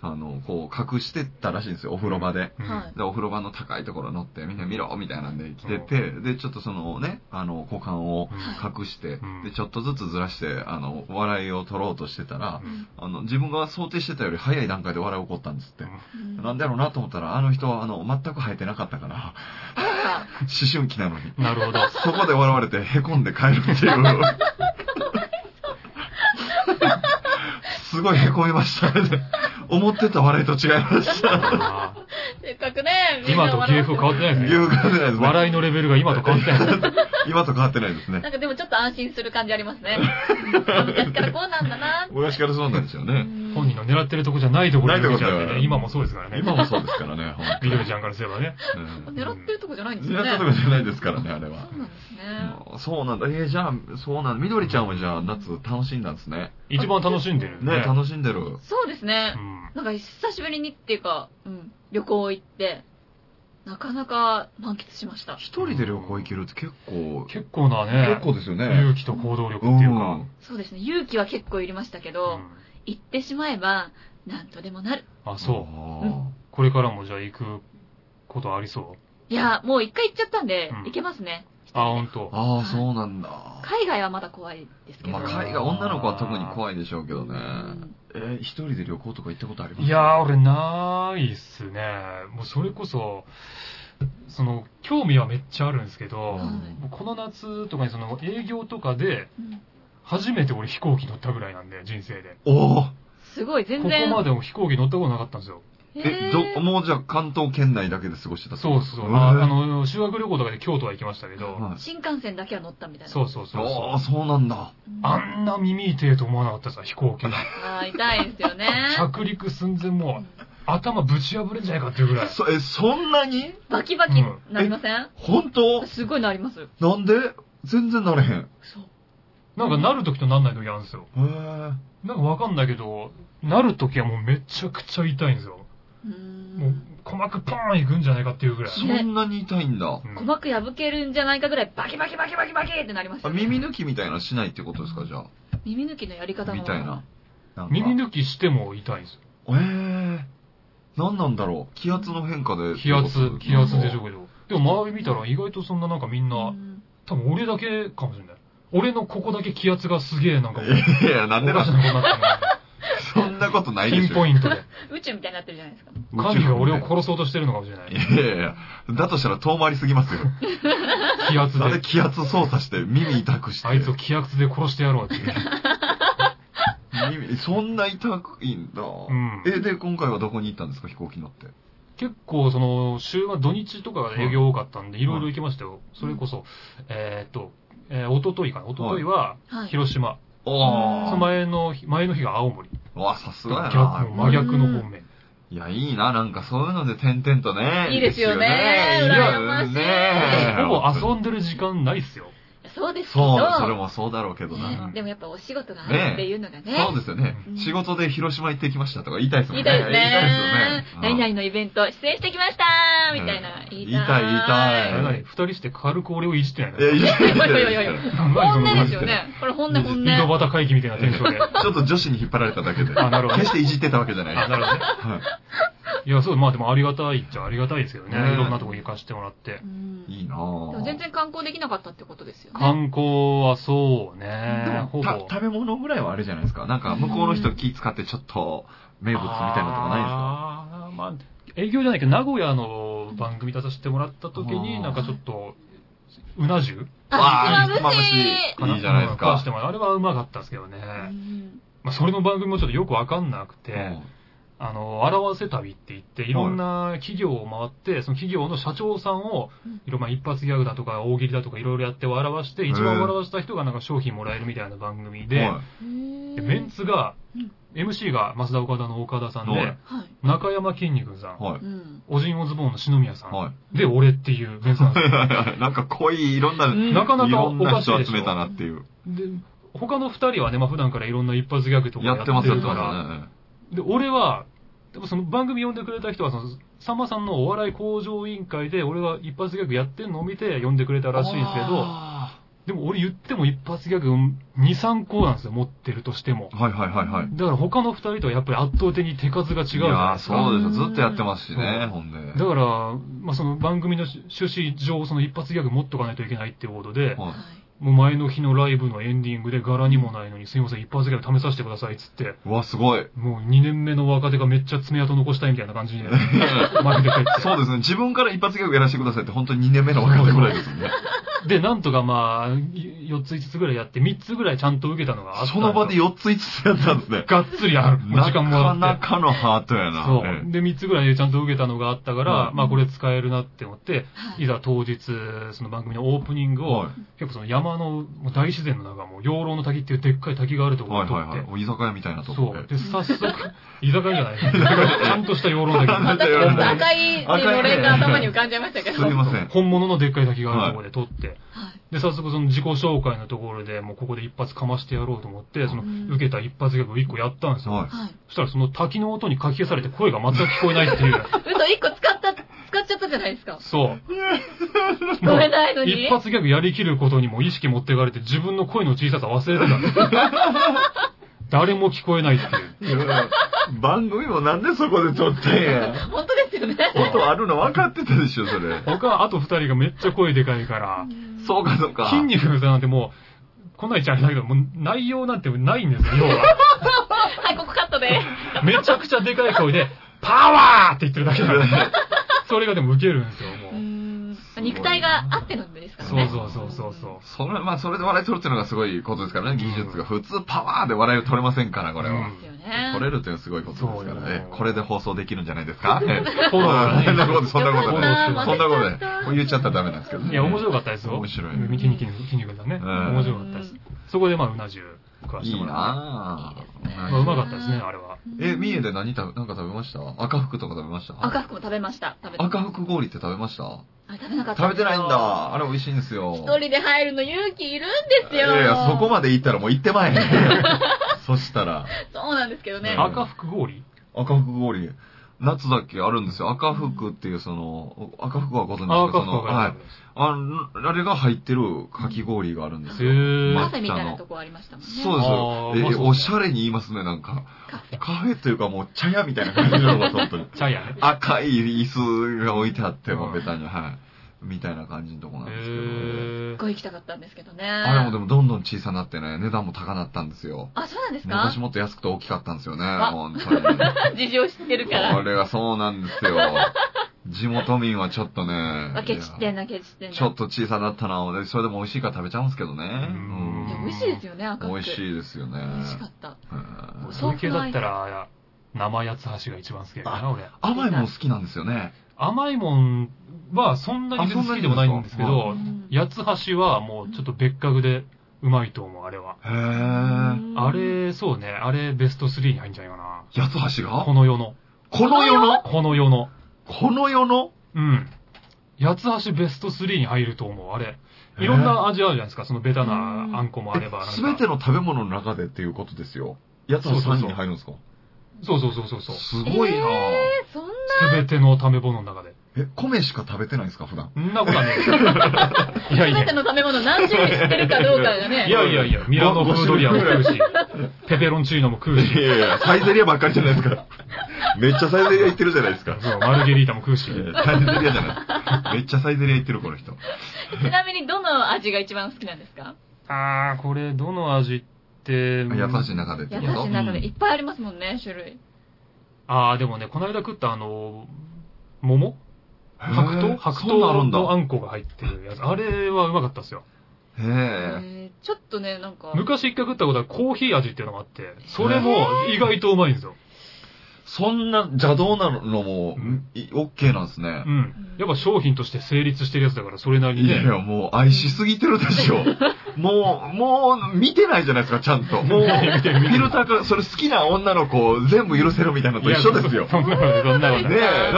S2: あの、こう、隠してたらしいんですよ、お風呂場で。
S1: うん
S3: はい
S2: で、お風呂場の高いところ乗って、みんな見ろみたいなんで来てて、で、ちょっとそのね、あの、股間を隠して
S1: うん、
S2: で、ちょっとずつずらして、あの、笑いを取ろうとしてたら
S1: う、ん
S2: あの、自分が想定してたより早い段階で笑い起こったんですって。
S3: うん
S2: なんだろうなと思ったら、あの人は、あの、全く生えてなかったから、
S3: なんか
S2: 思春期なのに。
S1: なるほど。
S2: そこで笑われて、へこんで帰るっていう。すごいへこみましたね。思ってた笑いと違いました。
S1: あ
S3: せっかくね、
S1: 今と芸風変わってないですね。
S2: いう感じないですね。
S1: 笑いのレベルが今と変わってない。
S2: 今と変わってないですね
S3: な。んかでもちょっと安心する感じあります ね。うん昔からこうなんだなって。
S2: 昔からそうなんですよね。
S1: 本人の狙ってるとこじゃないところに出ちゃっ
S2: ないとこ
S1: て
S2: だよ
S1: ね、今もそうですからね。
S2: 今もそうですからね、ほんと
S1: ビルちゃんからすればね。
S2: うん
S3: 狙ってるとこじゃないんです
S2: 狙
S3: よね。
S2: ったとかじゃないですからね、あれは
S3: そ。うなんですね。
S2: うんそうなんだ。えー、じゃあ、そうなんだ。みどりちゃんはじゃあ、夏楽しんだんですね。
S1: 一番楽しんでるよ
S2: ね、楽しんでる。
S3: そうですね
S1: う。ん
S3: なんか久しぶりにっていうか、うん、旅行行って、なかなか満喫しました。
S2: 一人で旅行行けるって結構、
S1: 結構なね
S2: 結、構ですよね
S1: 勇。気と行動力
S2: う
S1: っていうか。
S2: ん。
S3: そうですね。勇気は結構いりましたけ
S1: う
S3: ど、
S1: ん
S3: 行ってしまえば、なんとでもなる。
S1: あ、そう。
S2: あ
S1: これからもじゃあ行くことありそう。
S3: いや、もう一回行っちゃったんで、
S1: うん
S3: 行けますね。
S1: あ、ほんと
S2: ー。あー、そうなんだ。
S3: 海外はまだ怖いですけ
S2: ま
S3: ど。
S2: あ、
S1: 海
S2: 海外、女の子は特に怖いでしょうけどね
S3: う。ん
S2: えー、一人で旅行とか行ったことあります
S1: いやー、俺、ないっすね。もうそれこそ、その、興味はめっちゃあるんですけど、
S2: うん
S1: この夏とかにその営業とかで、
S3: うん
S1: 初めて俺飛行機乗ったぐらいなんで、人生で。
S2: おー
S3: すごい、全
S1: ここ
S3: 然。
S1: までも飛行機乗ったことなかったんですよ。
S3: へ
S2: え、
S3: ー
S2: ど、もうじゃあ関東圏内だけで過ごしてたってこ
S1: そうそ
S2: と
S1: う。
S2: へー
S1: ああの、修学旅行とかで京都は行きましたけど、
S2: はい
S3: 新幹線だけは乗ったみたいな。
S1: そうそうそう
S2: あ
S1: そ
S2: あ、
S1: う。
S2: そうなんだ。
S3: うん
S1: あんな耳痛えと思わなかったさ、飛行 機が。
S3: あー痛いですよね。
S1: 着陸寸前もう、頭ぶち破れんじゃないかっていうぐらい。
S2: そ、え、そんなに
S3: バキバキなりません、
S2: 本当
S3: すごいなります。
S2: なんで全然なれへん。
S3: そう。
S1: なんかなる時となんない時あるんですよ。
S2: へー
S1: なんかわかんないけど、なる時はもうめちゃくちゃ痛いんですよ。
S3: うー。
S1: もうん鼓膜ポーンいくんじゃないかっていうぐらい。
S2: そんなに痛いんだ。
S1: うん
S3: 鼓膜破けるんじゃないかぐらいバキバキバキバキバキってなります
S2: あ
S3: よ、
S2: 耳抜きみたいなのしないってことですか、じゃあ。
S3: 耳抜きのやり方も
S2: みたいな。なんか
S1: 耳抜きしても痛いんですよ。
S2: えー。何なんだろう気圧の変化で。
S1: 気圧、気圧でしょう
S2: う
S1: けど。でも周り見たら意外とそんななんかみん
S3: う
S1: な、
S3: ん
S1: 多分俺だけかもしれない。俺のここだけ気圧がすげえなんか、
S2: いやいや、なんで
S1: おか
S2: だ
S1: しなことになってる
S2: そんなことないでしょ。
S1: ピンポイントで。
S3: 宇宙みたいになってるじゃないですか。
S1: 神が俺を殺そうとしてるのかもしれない。
S2: いやいやいや、だとしたら遠回りすぎますよ。
S1: 気圧
S2: なんで
S1: で。
S2: 気圧操作して、耳痛くして。
S1: あいつを気圧で殺してやろうっていう。
S2: 耳そんな痛いんだ。
S1: うん
S2: え、で、今回はどこに行ったんですか、飛行機乗って。
S1: 結構、その、週は土日とかが営業多かったんで、いろいろ行きましたよ。それこそ、えーっと、えー、おとといかな。おとといは、
S3: はい。
S1: 広島。
S2: お
S1: その前の日、前の日が青森。
S2: わ、さすがや
S1: 逆
S2: な。
S1: の真逆の方面。
S2: いや、いいな、なんかそういうので点々とね。
S3: いいですよね
S2: いいですよね
S3: 羨ましい
S2: ね
S1: ほぼ遊んでる時間ないっすよ。
S3: そうですけど。
S2: そう、それもそうだろうけどな。
S3: ねでもやっぱお仕事があるっていうのがね。
S2: そうですよね
S3: う。ん
S2: 仕事で広島行ってきましたとか言いたいですも
S3: 言
S2: んね。
S3: いたいです
S2: 言いたい
S3: ね。
S2: ですよね。
S3: 何
S2: うん
S3: 々のイベント出演してきましたーみたいな。
S2: うん
S3: 言いたい。
S2: 言いたい言いた
S1: あ
S2: い
S1: れ何二人して軽く俺をいじってないの
S2: いやいやいや
S3: いやいやいや
S2: いや
S1: 本
S3: 本音ですよ。ね。これ本音本
S1: 井戸
S3: 音。
S1: 端会議みたいなテンションで。
S2: ちょっと女子に引っ張られただけで。
S1: あなるほど
S2: 決していじってたわけじゃない。
S1: あ、なるほどね。
S2: はい
S1: や、そう、まあでもありがたいっちゃありがたいですよね。
S2: ね
S1: いろんなとこ行かしてもらって
S3: う。ん
S2: いいいな
S3: で
S2: ぁ。
S3: も全然観光できなかったってことですよね。
S1: 観光はそう
S2: で
S1: ね
S2: も。
S1: ほぼ。
S2: た食べ物ぐらいはあれじゃないですか。なんか、向こうの人気使ってちょっと、名物みたいなとこないですか
S1: あーまあ、営業じゃないけど、名古屋の番組出させてもらった時
S2: あ
S1: に、
S2: ー
S1: なんかちょっと、うな重
S3: あ、ひつま
S2: わ
S3: ぶ
S2: ー
S3: し。
S2: ひつまぶしいいじゃないですか
S1: 出してもらうあれはうまかったですけどね。
S3: うん
S1: まあ、それの番組もちょっとよくわかんなくて、
S2: うん
S1: あの、表せ旅って言って、いろんな企業を回って、その企業の社長さんを
S3: うん、
S1: いろんな一発ギャグだとか大喜利だとかいろいろやって笑わして、一番笑わした人がなんか商品もらえるみたいな番組で、
S2: はい
S1: でメンツが
S3: うん、
S1: MC が増田岡田の岡田さん
S2: は
S1: で
S2: い、
S3: はい。
S1: 中山きんに君さん、
S2: はい。
S3: うん。
S1: おじんおズボンの篠宮さん、
S2: は
S1: で、俺っていうメンツなんです よ。
S2: い。なんか濃い、いろんな、
S3: うん
S1: なかないか
S2: ろ
S1: お
S2: ん
S1: か
S2: な
S1: しい
S2: 人
S1: でし
S2: 集めた
S1: ょ。
S2: なっていう。
S1: で、他の二人はね、まあ普段からいろんな一発ギャグとか
S2: やってます、やっ
S1: る
S2: て
S1: か
S2: ま
S1: ら、
S2: すね。
S1: で、俺は、でもその番組呼んでくれた人は、その、さんまさんのお笑い向上委員会で、俺が一発ギャグやってんのを見て呼んでくれたらしいんですけど、
S2: あ
S1: でも俺言っても一発ギャグ2、3個なんですよ、持ってるとしても
S2: ー。はいはいはいはい。
S1: だから他の二人とはやっぱり圧倒的に手数が違うじゃないです
S2: いやー
S1: か。
S2: そうですよ。ずっとやってますし
S1: う
S2: ね、
S1: ん
S2: ほんで。
S1: だから、まあ、その番組の趣旨上、その一発ギャグ持っとかないといけないっていうことで、
S2: はい
S3: はい。
S1: もう前の日のライブのエンディングで柄にもないのに、すいません、一発ギャグ試させてくださいっつって、
S2: うわ、すごい。
S1: もう2年目の若手がめっちゃ爪痕残したいみたいな感 じで、前に出てって。
S2: そうですね。自分から一発ギャグやらせてくださいって、本当に2年目の若手ぐらいですよね。
S1: で、なんとかまあ、4つ5つぐらいやって、3つぐらいちゃんと受けたのがあった
S2: その場で4つ5つやったんですね。
S1: がっつりやる。もう時間
S2: なか
S1: もらって。
S2: なかのハートやな。え
S1: そう。で、3つぐらいちゃんと受けたのがあったから、
S2: うん
S1: まあこれ使えるなって思って、
S3: はい
S1: いざ当日、その番組のオープニング
S2: え
S1: を、
S2: は
S1: 結構その山のもう大自然の中、もう養老の滝っていうでっかい滝があると
S2: い
S1: ころ
S2: は
S1: を
S2: い
S1: 撮って、
S2: はいはい。居酒屋みたいなと
S1: そ
S2: こ。
S1: う。
S2: え
S1: で、早速、居酒屋じゃない。 ちゃんとした 養老の
S2: な
S1: 滝。
S2: んだ
S3: 私
S2: よ
S3: ちょっと赤いのれんが頭に浮かんじゃいましたけ
S2: え
S3: ど。
S2: すいません。
S1: 本物のでっかい滝があるところで撮って、
S3: はい
S1: で、早速その自己紹介のところで、もうここで一発かましてやろうと思って、その
S3: うん
S1: 受けた一発ギャグを一個やったんですよ。
S2: はい。
S3: はい。
S1: そしたらその滝の音にかき消されて声が全く聞こえないって いう。
S3: 嘘、一個使った、使っちゃったじゃないですか。
S1: そう。
S3: 聞こえないのに。
S1: 一発ギャグやりきることにも意識持っていかれて自分の声の小ささ忘れ てたんだ誰も聞こえないっていう。
S2: いや番組もなんでそこで撮ったん や。
S3: 本当ですよね。
S2: 音あるの分かってたでしょ、それ。
S1: 他、あと二人がめっちゃ声でかいから、
S2: そうかそうか。
S1: 筋肉の差なんてもう、こんな言っちゃあれだけど、もう内容なんてないんですよ、要は。
S3: はい、ここカットで。
S1: めちゃくちゃでかい声で、パワーって言ってるだけなんで、それがでもウケるんですよ、もう。
S3: 肉体があってのですから
S1: そう
S3: ね。
S1: そうそうそうそう。
S2: それ、まあ、それで笑い取るっていうのがすごいことですからね、技術が。普通パワーで笑いを取れませんから、これ
S1: う
S2: は
S1: ん。
S3: ですよね。
S2: 取れるっていうのはすごいことですから
S1: そうよ
S2: ね。これで放送できるんじゃないですか
S1: フォローがね
S2: そんなこと、そんなこと
S1: よ
S2: で。
S1: かった
S2: そんなことで
S3: 忘れちゃっ。た
S2: もう言っちゃったらダメなんですけどね。
S1: いや、面白かったですよ。
S2: 面白い
S1: うん筋肉、筋肉だね。
S2: うん
S1: 面白かったです。そこでまあ、うな重食わして
S2: いい
S1: もらっ
S2: なぁ。
S1: て。まあ、うまかったですね、あれは。
S2: え、三重で何食べ、なんか食べました赤服とか食べました
S3: 赤服も食べました。食べた
S2: 赤服氷って食べました
S3: あれ食べなかった。
S2: 食べてないん。だ。あれ美味しいんですよ。
S3: 一人で入るの勇気いるんです
S2: い
S3: よ。
S2: やいや、そこまで行ったらもう行ってまえへん。 そしたら、
S3: そうなんですけどね。
S2: うん
S1: 赤福氷
S2: 赤服氷、夏だけあるんですよ。赤服っていうその、赤服はご存知ですか
S1: あ、赤
S2: そ
S1: 福
S2: の、
S1: が
S2: は
S1: あ
S2: い。あのあれが入ってるかき氷があるんです
S1: る。へ
S2: よ。ま
S1: ー
S3: カ。フェみたいなとこありましたもんね。
S2: そう
S1: あーまあ
S2: で
S1: そ
S2: すよ。
S1: う
S2: え、
S1: ね
S2: おしゃれに言いますね、なんか。
S3: カフェ。
S2: カフェというかもう茶屋みたいな感じなのが、本当 に。
S1: チャイヤね。
S2: 赤い椅子が置いてあって、も
S1: うん
S2: うベタに、はい。みたいな感じのとこなん
S1: へ
S2: ですけど、
S3: すっごい行きたかったんですけどね。
S2: あれも
S3: あ、
S2: でもどんどん小さなってね、値段も高なったんですよ。
S3: そうなんですか
S2: 昔もっと安くて大きかったんですよね、
S3: あ
S2: 本当に。こ
S3: 事情知ってるから。
S2: れがそうなんですよ。地元民はちょっとね。
S3: あ、ケチっ
S2: い
S3: て
S2: や
S3: んな、ケチってんな。
S2: ちょっと小さなったな、でそれでも美味しいから食べちゃうんですけどね。
S1: ん
S3: いや美味しいですよね、赤
S2: うん美
S3: 服。
S2: 味
S3: い。
S2: しいですよね。
S3: 美味しかった。
S2: うん
S1: そういう系だったら、生八つ橋が一番好きやからな、俺。
S2: 甘いもん好きなんですよね。
S1: 甘いもんはそんなに別に好きでもないんですけ
S2: あ
S1: ど
S3: う、ん
S1: 八つ橋はもうちょっと別格でうまいと思う、あれは。
S2: へぇ
S1: あ、れ、そうね、あれベスト3に入んじゃないかな。
S2: 八つ橋が
S1: この世の。
S2: この世の
S1: この世の。
S2: この世の
S1: うん。八つ橋ベスト3に入ると思う、あれ。いろんな味あるじゃないですか、そのベタなあんこもあれば。
S2: すべて
S1: の。
S2: の食べ物の中でっていうことですよ。八つ橋3に入るんですか
S1: そうそうそうそうそう。す
S2: すごいなぁ
S3: えー、そんな、
S1: べての食べ物の中で。
S2: え、米しか食べてないんですか普段。
S1: そんなことはねえ。い やい
S3: すべて
S1: や。
S3: の食べ物何種類知ってるかどうかがね。
S1: いやいやいや、ミラノ風ドリアも食うし、ペペロンチーノも食うし
S2: い、やいや、サイゼリアばっかりじゃないですか。 めっちゃサイゼリア行ってるじゃないですか。
S1: そう、マルゲリータも食うし
S2: い。やサイゼリアじゃない。めっちゃサイゼリア行ってる、この人。
S3: ちなみにどの味が一番好きなんですか
S1: あー、これ、どの味って、
S2: 八つ橋の中でって
S3: 優
S2: こ
S3: しい
S2: と
S3: 中
S1: うん
S3: でいっぱいありますもんね、種類。
S1: あー、でもね、この間食ったあの、桃
S2: 白
S1: 白桃白
S2: そんなある
S1: 桃
S2: んだ。
S1: のあんこが入ってるやつ。あれはうまかったっすよ。
S2: へえ。
S3: えーちょっとね、なんか、
S1: 昔一回食ったことはコーヒー味っていうのがあって、それも意外とうまいんですよ。
S2: そんな邪道なのも
S1: うん、
S2: いオッケーなんですね
S1: う。ん。やっぱ商品として成立してるやつだから、それなり
S2: い
S1: にね
S2: やい。や、もう愛しすぎてるで しょ。もう、もう、見てないじゃないですか、ちゃんと。もう、フィルターから、それ好きな女の子を全部許せるみたいなのと一緒ですよ。ね
S1: そんなこと、そんなこ
S2: え、
S1: と。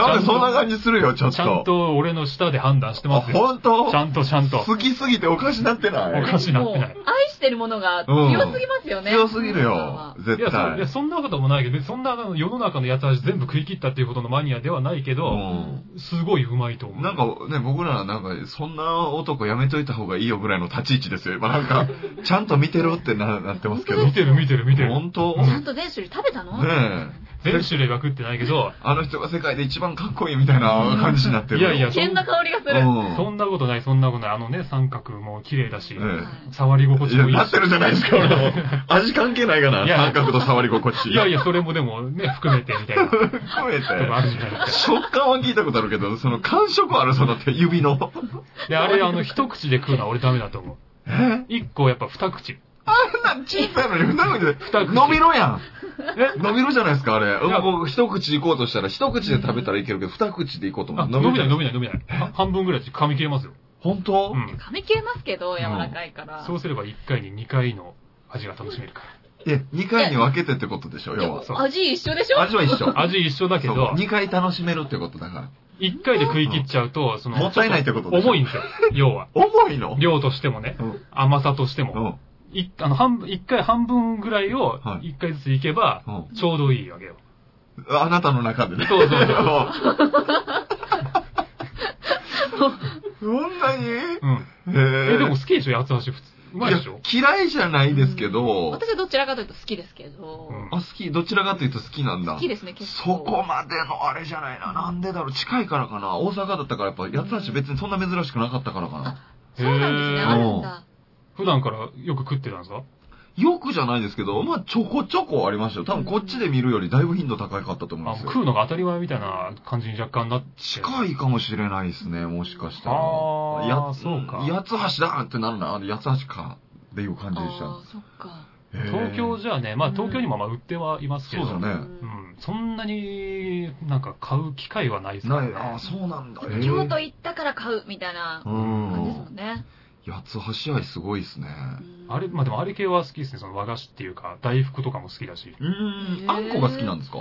S2: なんでそんな感じするよ、ちょっと。
S1: ちゃんと俺の舌で判断して
S2: あ、
S1: ますよ。
S2: 本当
S1: ちゃんとちゃんと。
S2: 好きすぎておかしなってない
S1: おかしなってない
S3: もう愛してるものが強すぎますよね。
S2: 強すぎるよ、絶
S1: いやそういや、
S2: 対。
S1: そんなこともないけど、別にそんなあの世の中のやつ味全部食い切ったっていうことのマニアではないけ
S2: う
S1: ど、
S2: ん
S1: すごいうまいと思う。
S2: なんかね、僕らなんか、そんな男やめといた方がいいよぐらいの立ち位置ですよ。今なんか、ちゃんと見てるってななってますけど。
S1: 見てる見てる見てる。
S2: 本当
S3: ちゃんと全種類食べたの
S2: ね
S1: 全種類は食ってないけど、
S2: あの人が世界で一番かっこいいみたいな感じになってる。
S1: いやいや
S3: 危険な香りがする。
S2: うん
S1: そんなことない、そんなことない。あのね、三角も綺麗だし、
S2: え
S1: 触り心地
S2: いや、
S1: もいい
S2: なっ
S1: し。
S2: てるじゃないですか、俺も。味関係ないかな、
S1: いや
S2: 感覚と触り心地。
S1: いやいや、それもでもね、含めてみたい なとこ
S2: 含めて。
S1: あるじゃないですか。
S2: 食感は聞いたことあるけど、その感触ある、その手、指の。
S1: で、あれ、あの、一口で食うのは俺ダメだと思う。
S2: え
S1: 一個やっぱ二口。
S2: あんな小さいのに、なのに、
S1: 二口
S2: 伸びろやん。
S1: え
S2: 伸びろじゃないですか、あれ。
S1: いや
S2: うん僕、一口行こうとしたら、一口で食べたらいけるけど、二口で行こうと思
S1: あ
S2: う。
S1: 伸びない
S2: ろ
S1: 伸びない伸びない。は半分ぐらいで噛み切れますよ。
S2: 本当
S1: うん。
S3: 噛み切れますけど、柔らかいから。
S1: そうすれば一回に二回の味が楽しめるか
S2: え、二回に分けてってことでしょ、
S3: で
S2: 要は
S3: も。
S1: そう
S3: 味一緒でしょ
S2: 味は一 緒。
S1: ら。味一緒だけ
S2: そう
S1: ど、
S2: 二回楽しめるってことだから。
S1: 一回で食い切っちゃうと、その、
S2: もったいないってことでしょ
S1: 重いんですよ、要 は。
S2: 重いの
S1: 量としてもね、
S2: うん。
S1: 甘さとして
S2: う
S1: も。
S2: ん。
S1: いあの、半分、一回半分ぐらいを
S2: は、い
S1: 一回ずついけば、
S2: うん
S1: ちょうどいいわけよ。
S2: あなたの中でね。
S1: そうそ うそう
S2: そんなに
S1: うん。
S2: え
S1: え、でも好きでしょ八つ橋普通。うまいでしょ
S2: 嫌いじゃないですけど、
S3: 私はどちらかというと好きですけど、
S1: うん
S2: あ、好き、どちらかというと好きなんだ。
S3: 好きですね、結
S2: そ
S3: 構。
S2: こまでのあれじゃないな。なんでだろう。近いからかな。大阪だったからやっぱ、八つ橋別にそんな珍しくなかったからかな。
S3: そうなんですね、
S1: へー
S3: あるんだ。
S1: 普段からよく食ってたんですか
S2: よくじゃないですけど、まあちょこちょこありましたよ。多分こっちで見るよりだいぶ頻度高かったと思うん
S1: あ
S2: ですよ。
S1: 食うのが当たり前みたいな感じに若干なって。
S2: 近いかもしれないですね、もしかしたら。
S1: あー
S2: や
S1: そうか
S2: 八つ橋だってなるな、あの八つ橋か。っていう感じでし
S3: あ
S2: た
S3: あ、そっか。。
S2: へー
S1: 東京じゃね、まあ東京にもまあ売ってはいますけど、
S2: そうだね
S1: うん、そんなになんか買う機会はないですか
S2: な
S1: ら
S2: い、あ
S1: ね
S2: あ、。そうなんだ。
S3: 京都
S2: へー
S3: 行ったから買うみたいな
S2: う
S3: 感じですも
S2: ん。
S3: んね。
S2: 八つ橋愛すごいですね。
S3: うん
S1: あれ、まあでもあれ系は好きですね。その和菓子っていうか、大福とかも好きだし。
S2: うー
S3: へ
S2: ん。
S3: ー
S2: あんこが好きなんですか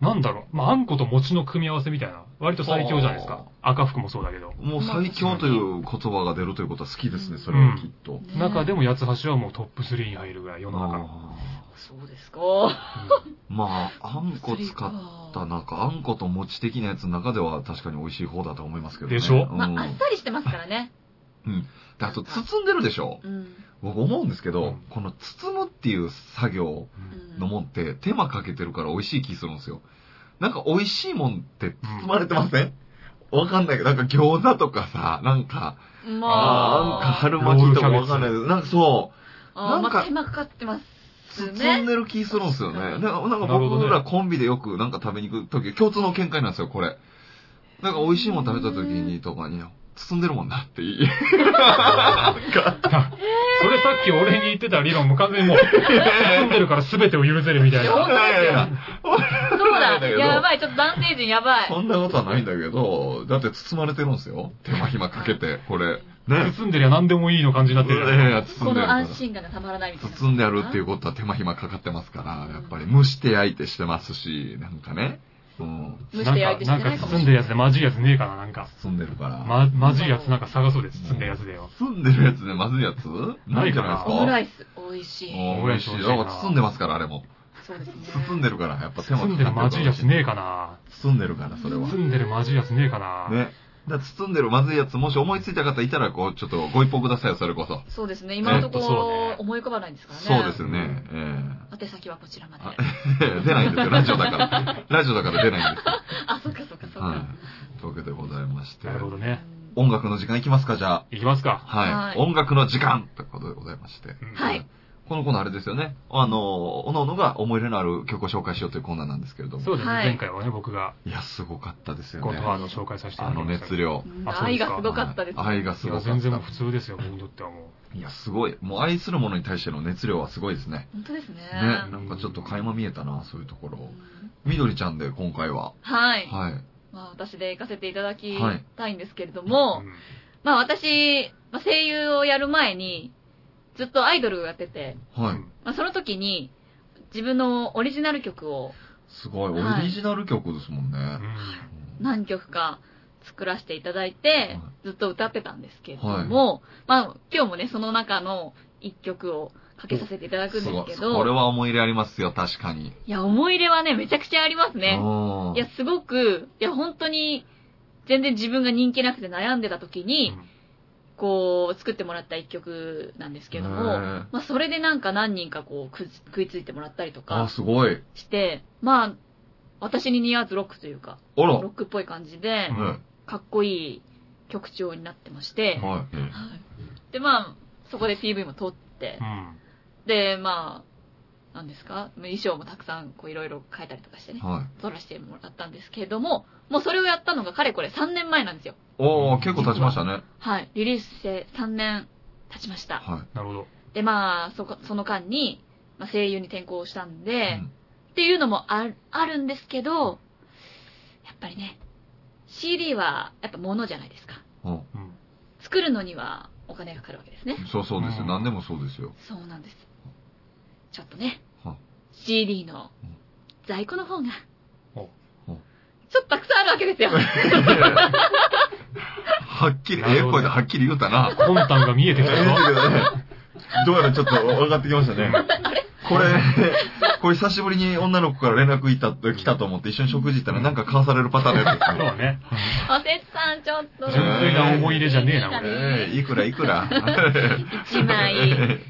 S1: なんだろう、まああんこと餅の組み合わせみたいな。割と最強じゃないですか。赤福もそうだけど。
S2: もう最強という言葉が出るということは好きですね、それ
S1: う
S2: は
S1: ん
S2: きっと。
S3: ね
S1: 中でも八つ橋はもうトップ3に入るぐらい世の中の。
S2: あ
S3: そうですか。
S1: うん
S2: ーまあ、あんこ使った中、あんこと餅的なやつの中では確かに美味しい方だと思いますけどね。
S1: でしょ
S2: うん
S3: まあ、あっさりしてますからね。
S2: であと、包んでるでしょ
S3: うん。
S2: 僕思うんですけ
S1: う
S2: ど
S1: ん、
S2: この包むっていう作業
S3: うん
S2: のもんって手間かけてるから美味しい気するんですよ。なんか美味しいもんって包まれてませんわかんないけど、なんか餃子とかさ、なんか、あーなん
S3: まあ、
S2: か春巻きとかわかんないけど、なんかそう、
S3: あ
S2: な
S3: ー
S2: んか
S3: まあ手間かかってます
S2: 包ん
S3: ね。
S2: でる気するんですよね。
S3: う
S2: なんんかなんか
S1: なるほどね
S2: 僕らコンビでよくなんか食べに行くとき、共通の見解なんですよ、これ。なんか美味しいもん食べたときにとかに、包んでるもんなってい い。なんか、
S1: それさっき俺に言ってた理論も完全にもう、包んでるから全てを許せるみたい
S2: いやい
S1: な。
S2: やいや、
S3: そう
S2: なんだ
S3: だ。
S2: けど
S3: やばい。ちょっと男性陣やばい。
S2: そんなことはないんだけど、だって包まれてるんですよ。手間暇かけて、これ。 ね。
S1: 包んでりゃ何でもいいの感じになって
S2: い
S1: るじゃ
S2: やい
S1: ん。
S2: や、包
S3: こ
S2: んでる
S3: の
S2: から
S3: 安。心感がたまらないみたいな。。
S2: 包んであるっていううことは手間暇かかってますから、やっぱり蒸して焼いてしてますし、なんかね。うん。
S3: 蒸し
S1: な
S3: て
S1: ん
S3: 焼いてし
S1: か、
S3: て
S1: な
S3: なんい
S1: か
S3: か
S1: 包
S3: も
S1: ん
S3: し
S1: でる
S3: れな
S1: や
S3: い。
S1: つでまじいやつねえかな、なんか。
S2: 包んでるから。
S1: ま、まずいやつなんか探そうです、包んでるやつでよ。
S2: 包んでるやつでまずいやつないんじゃないですか
S3: オムラ
S2: イ
S3: イス、美味しい。
S2: オムライス美味しい。なんか包んでますから、あれも。
S3: そうですね。
S2: 包んでるから、やっぱ手間
S1: 包んでるま
S2: かか
S1: ず
S2: って
S1: い
S2: る
S1: や
S2: か
S1: つ
S2: ら
S1: ねえかな。
S2: 包んでるから、それは。
S1: 包んでるまずいやつねえかな。
S2: ね。だから包んでるまずいやつ、もし思いついた方いたら、こう、ちょっとご一報くださいよ、それこそ。
S3: そうですね。今のと
S1: え
S3: こ
S1: っとそうね
S3: ろ思い浮かばないんですからね。
S2: そうですよね。え
S3: 宛先はこちらまで。
S2: え出ないんですよ、ラジオだから。ラジオだから出ないんですよ。
S3: あ、そっかそっかそっ
S2: は
S3: か。
S2: い。というわけでございまして
S1: な。るほど
S3: うん
S1: ね。
S2: 音楽の時間いきますか、じゃあ。
S1: いきますか。
S2: はい。
S3: はい
S2: 音楽の時間ということでございまして。
S1: うん
S3: はい。
S2: このコーナーあれですよね。あの、おののが思い入れのある曲を紹介しようというコーナーなんですけれども。
S1: そうですね、
S3: はい
S1: 前回はね、僕が
S2: いや、すごかったですよ
S1: ゴッ
S2: ね
S1: ド。ファーザーを紹介させてい
S2: あ
S1: ただき
S2: の
S1: ました
S2: 熱量。
S3: うん
S1: あそうで
S3: 愛
S1: すか
S3: がすごかったです。
S2: はい愛がす
S1: い
S2: ご
S1: や、
S2: かった。
S1: 全然もう普通ですよ、僕にとってはも
S2: いや、すごい。もう愛するものに対しての熱量はすごいですね。
S3: 本当ですね。
S2: ね。なんかちょっと垣間見えたな、そういうところ。みどりちゃんで、今回は。
S3: はい。
S2: はい。
S3: まあ、私で行かせていただき
S2: はい
S3: たいんですけれど
S1: う。
S3: も、
S1: うん
S3: まあ私、まあ、声優をやる前に、ずっとアイドルをやってて、
S2: は
S1: う
S2: い
S1: ん。
S3: まあ、その時に、自分のオリジナル曲を
S2: すごい。
S3: はい
S2: オリジナル曲ですもんね。うん
S3: 何曲か作らせていただいて
S2: い、
S3: ずっと歌ってたんですけれども、まあ今日もね、その中の一曲をかけさせていただくん
S2: すご
S3: で
S2: い。
S3: すけ
S2: これ
S3: ど、
S2: は思い入れありますよ、確かに。
S3: いや、思い入れはね、めちゃくちゃありますね。
S2: うん
S3: いや、すごく、いや、本当に、全然自分が人気なくて悩んでた時に、こう、作ってもらった一曲なんですけども、
S2: ね
S3: まあ、それでなんか何人かこう、くず食いついてもらったりと
S2: あ、
S3: か
S2: すごい。
S3: して、まあ、私に似合わずロックというか、
S2: あら
S3: ロックっぽい感じで
S1: う、ん
S2: ね
S3: かっこいい曲調になってまして、
S2: はい。うん
S3: で、まあ、そこで PV も撮って
S1: う、ん。
S3: で、まあ、なんですか衣装もたくさん、こういろいろ変えたりとかしてね、
S2: はい。
S3: 撮らせてもらったんですけれども、もうそれをやったのがかれこれ3年前なんですよ。
S2: おー、結構経ちましたね。
S3: はい。リリースして3年経ちました。
S2: は
S1: なるほど。
S3: で、まあ、そこ、その間に、まあ、声優に転校したん
S2: い。
S3: で、
S2: うん
S3: っていうのもあるあるんですけど、やっぱりね、CD はやっぱ物じゃないですか。
S2: うん
S1: うん。
S3: 作るのにはお金がかかるわけですね。
S2: そうそうです
S1: う
S2: よ。
S1: ん
S2: 何でもそ うですよ。
S3: そうなんです。ちょっとね
S2: は、
S3: CD の
S2: うん
S3: 在庫の方が
S1: お、
S3: ちょっとたくさんあるわけです よ。
S2: はっきり、ええ声ではっきり言うたな。
S1: 魂胆が見えてきたよ。
S2: どうやらちょっと分かってきましたね。これ、これ久しぶりに女の子から連絡いた来たと思って一緒に食事行ったらなんか買わされるパターンのやつです
S1: そう だ
S2: ね。
S1: ね。
S3: おせつさん、ちょっと。
S1: 純粋な思い入れじゃねえなこ
S2: ええいくらいくら。
S3: 1枚、1000円でーす。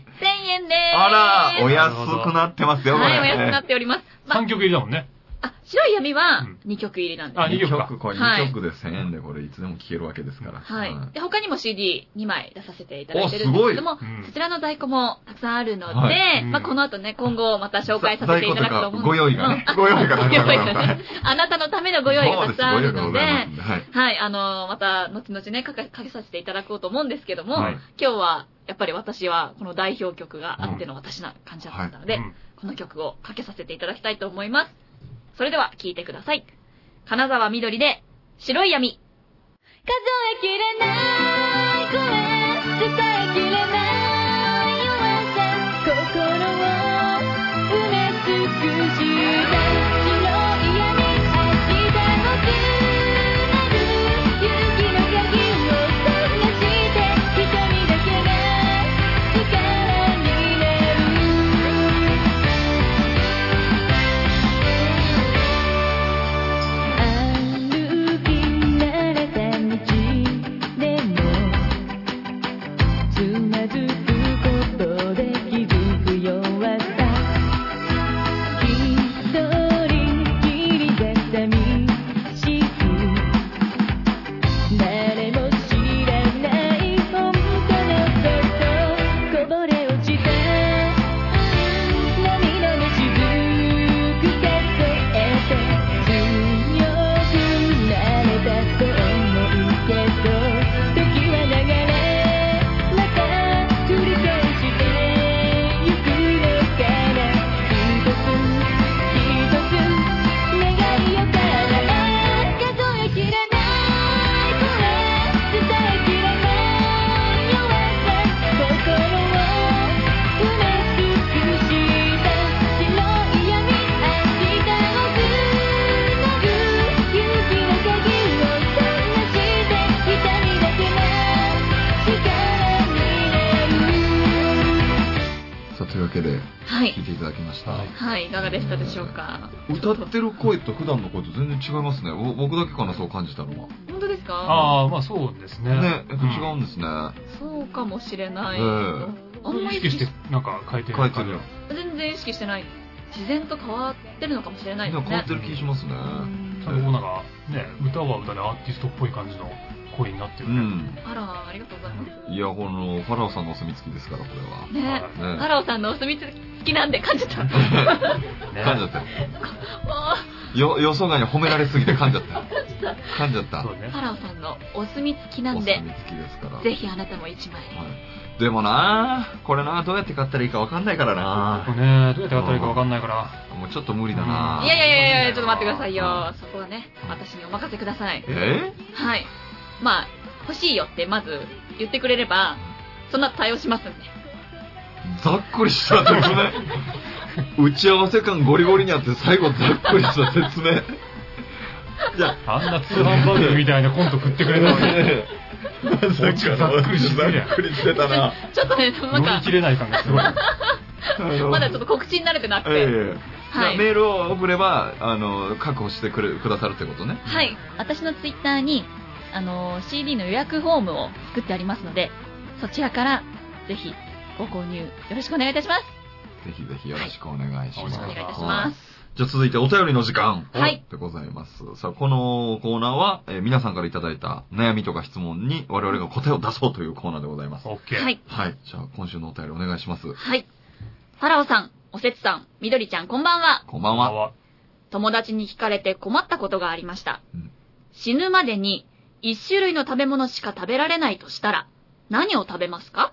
S2: あら、お安くなってますよ、これ。
S3: はい、お安くなっております。ま
S1: 3曲入りだもんね。
S3: あ、白い闇は
S1: うん
S3: 2曲入りなんです。
S1: あ
S2: 二
S1: 二曲か
S2: 曲、これ2曲で1000円でこれいつでも聴けるわけですから。
S3: は
S2: うん
S3: い。で、他にも CD2 枚出させていただいてるんですけども
S1: すごいうん、
S3: そちらの在庫もたくさんあるの
S2: は
S3: で、
S1: うん
S3: まあこの後ね、今後また紹介させていただくと思うんですけど。
S2: ご用意がね。ご用意が
S3: ご
S2: な
S3: 用
S2: さ
S3: 意
S2: れ
S3: がね。 あなたのためのご用意がたくさんあるので、
S2: そうすご用意がございますんはい。
S3: はい、あのーまた後々ね、かけかけさせていただこうと思うんですけども、
S2: はい
S3: 今日はやっぱり私はこの代表曲があっての私な感じだったので、
S1: うん
S3: この曲をかけさせていただきたいと思います。それでは聴いてください。金沢みどりで、白い闇。数えきれない、これ、伝えきれない、夜さ、心を埋め尽くした、白い闇、明日のくなる、勇気の鍵を探して、瞳だけが力になる。歩き慣れた道でもつまずくことで気づく弱さ一人きりで寂しく誰も知らない本当のことこぼれ落ちた「涙のしぶくかとえて」「強くなれたと思うけど」「時は流れまた繰り返してゆくのから」「ひとつひとつ願いをから数えきれないこれ伝えきれない弱さ心を」「うまくした白い闇明日をくなる」「勇気の鍵を探して」「瞳だけが力になる」
S2: さあというわけで
S3: は
S2: 聴い
S3: い。
S2: ていただきました、
S1: はい
S3: はい、いかがでしたでしょうか。
S2: 歌ってる声と普段の声と全然違いますねぼ僕だけかなそう感じたのは
S3: 本当ですか
S1: ああ、まあそうですね。
S2: ねやっぱ違
S1: ん
S2: うんですね、
S3: そうかもしれない。
S2: ええ
S3: あんまり
S1: 意識して、なんか変えてる。
S2: 変えてるよ
S3: 全然意識してない。自然と変わってるのかもしれないです
S2: 変わ
S3: ね
S2: っ。てる気しますね
S1: ちゃんとこうなんか、ね、歌は歌でアーティストっぽい感じの声になって
S2: う
S1: るね。
S2: ん
S3: あら、ありがとうございます。
S2: いやこのファラオさんのお墨付きですからこれ
S3: ね
S1: は
S2: はね
S3: 太郎さんのお墨付きなんで感じ た。
S1: いね
S2: 噛んじゃったよ
S3: あ
S2: よ予想外に褒められすぎて噛んじゃった 噛んじゃった
S1: そう
S3: ー
S1: ね
S3: フ。ァラオさんのお墨付きな
S2: お
S3: ん
S2: 墨
S3: で、
S2: 付きですから
S3: ぜひあなたも一枚。
S2: はい、でもなこれなどうやって買ったらいいかわかんないから
S1: こ
S2: な
S1: れね、どうやってやったらいいかわかんないから。
S2: もうちょっと無理だない
S3: やいやいやいや、ちょっと待ってくださいよ
S2: は。
S3: そこはね、私にお任せください。
S2: え
S3: はい。まあ、欲しいよってまず言ってくれれば、そんな対応しますんで。
S2: ざっくりした説明打ち合わせ感ゴリゴリにあって最後ざっくりした説明じゃあ
S1: あんな通販番組みたいなコント食ってくれたのに。
S2: まさかの
S1: ざっくりしてるやん
S2: ざっくりしてたな
S3: ちょっとね、なん
S1: 乗り
S3: か
S1: 切、れない感がすごい。
S3: まだちょっと告知に慣れてなく
S2: ええ
S3: て。は
S2: じゃあ
S3: い。
S2: メールを送ればあの確保してくれくださるってことね
S3: はい。私のツイッターに、あのー、CD の予約フォームを作ってありますので、そちらから、ぜひ、ご購入、よろしくお願いいたします。
S2: ぜひぜひよろしくお願いします、
S3: よろしくお願いいたします。
S2: じゃあ続いてお便りの時間。
S3: はい
S2: でございます。さあ、このコーナーは、えー皆さんからいただいた悩みとか質問に我々が答えを出そうというコーナーでございます。
S1: オッケー。
S3: はい。
S2: はい。じゃあ、今週のお便りお願いします。
S3: はい。ファラオさん、おせつさん、みどりちゃん、こんばんは。
S2: こんばん
S1: こんばん
S2: は。
S1: は。
S3: 友達に聞かれて困ったことがありました。
S2: うん
S3: 死ぬまでに一種類の食べ物しか食べられないとしたら何を食べますか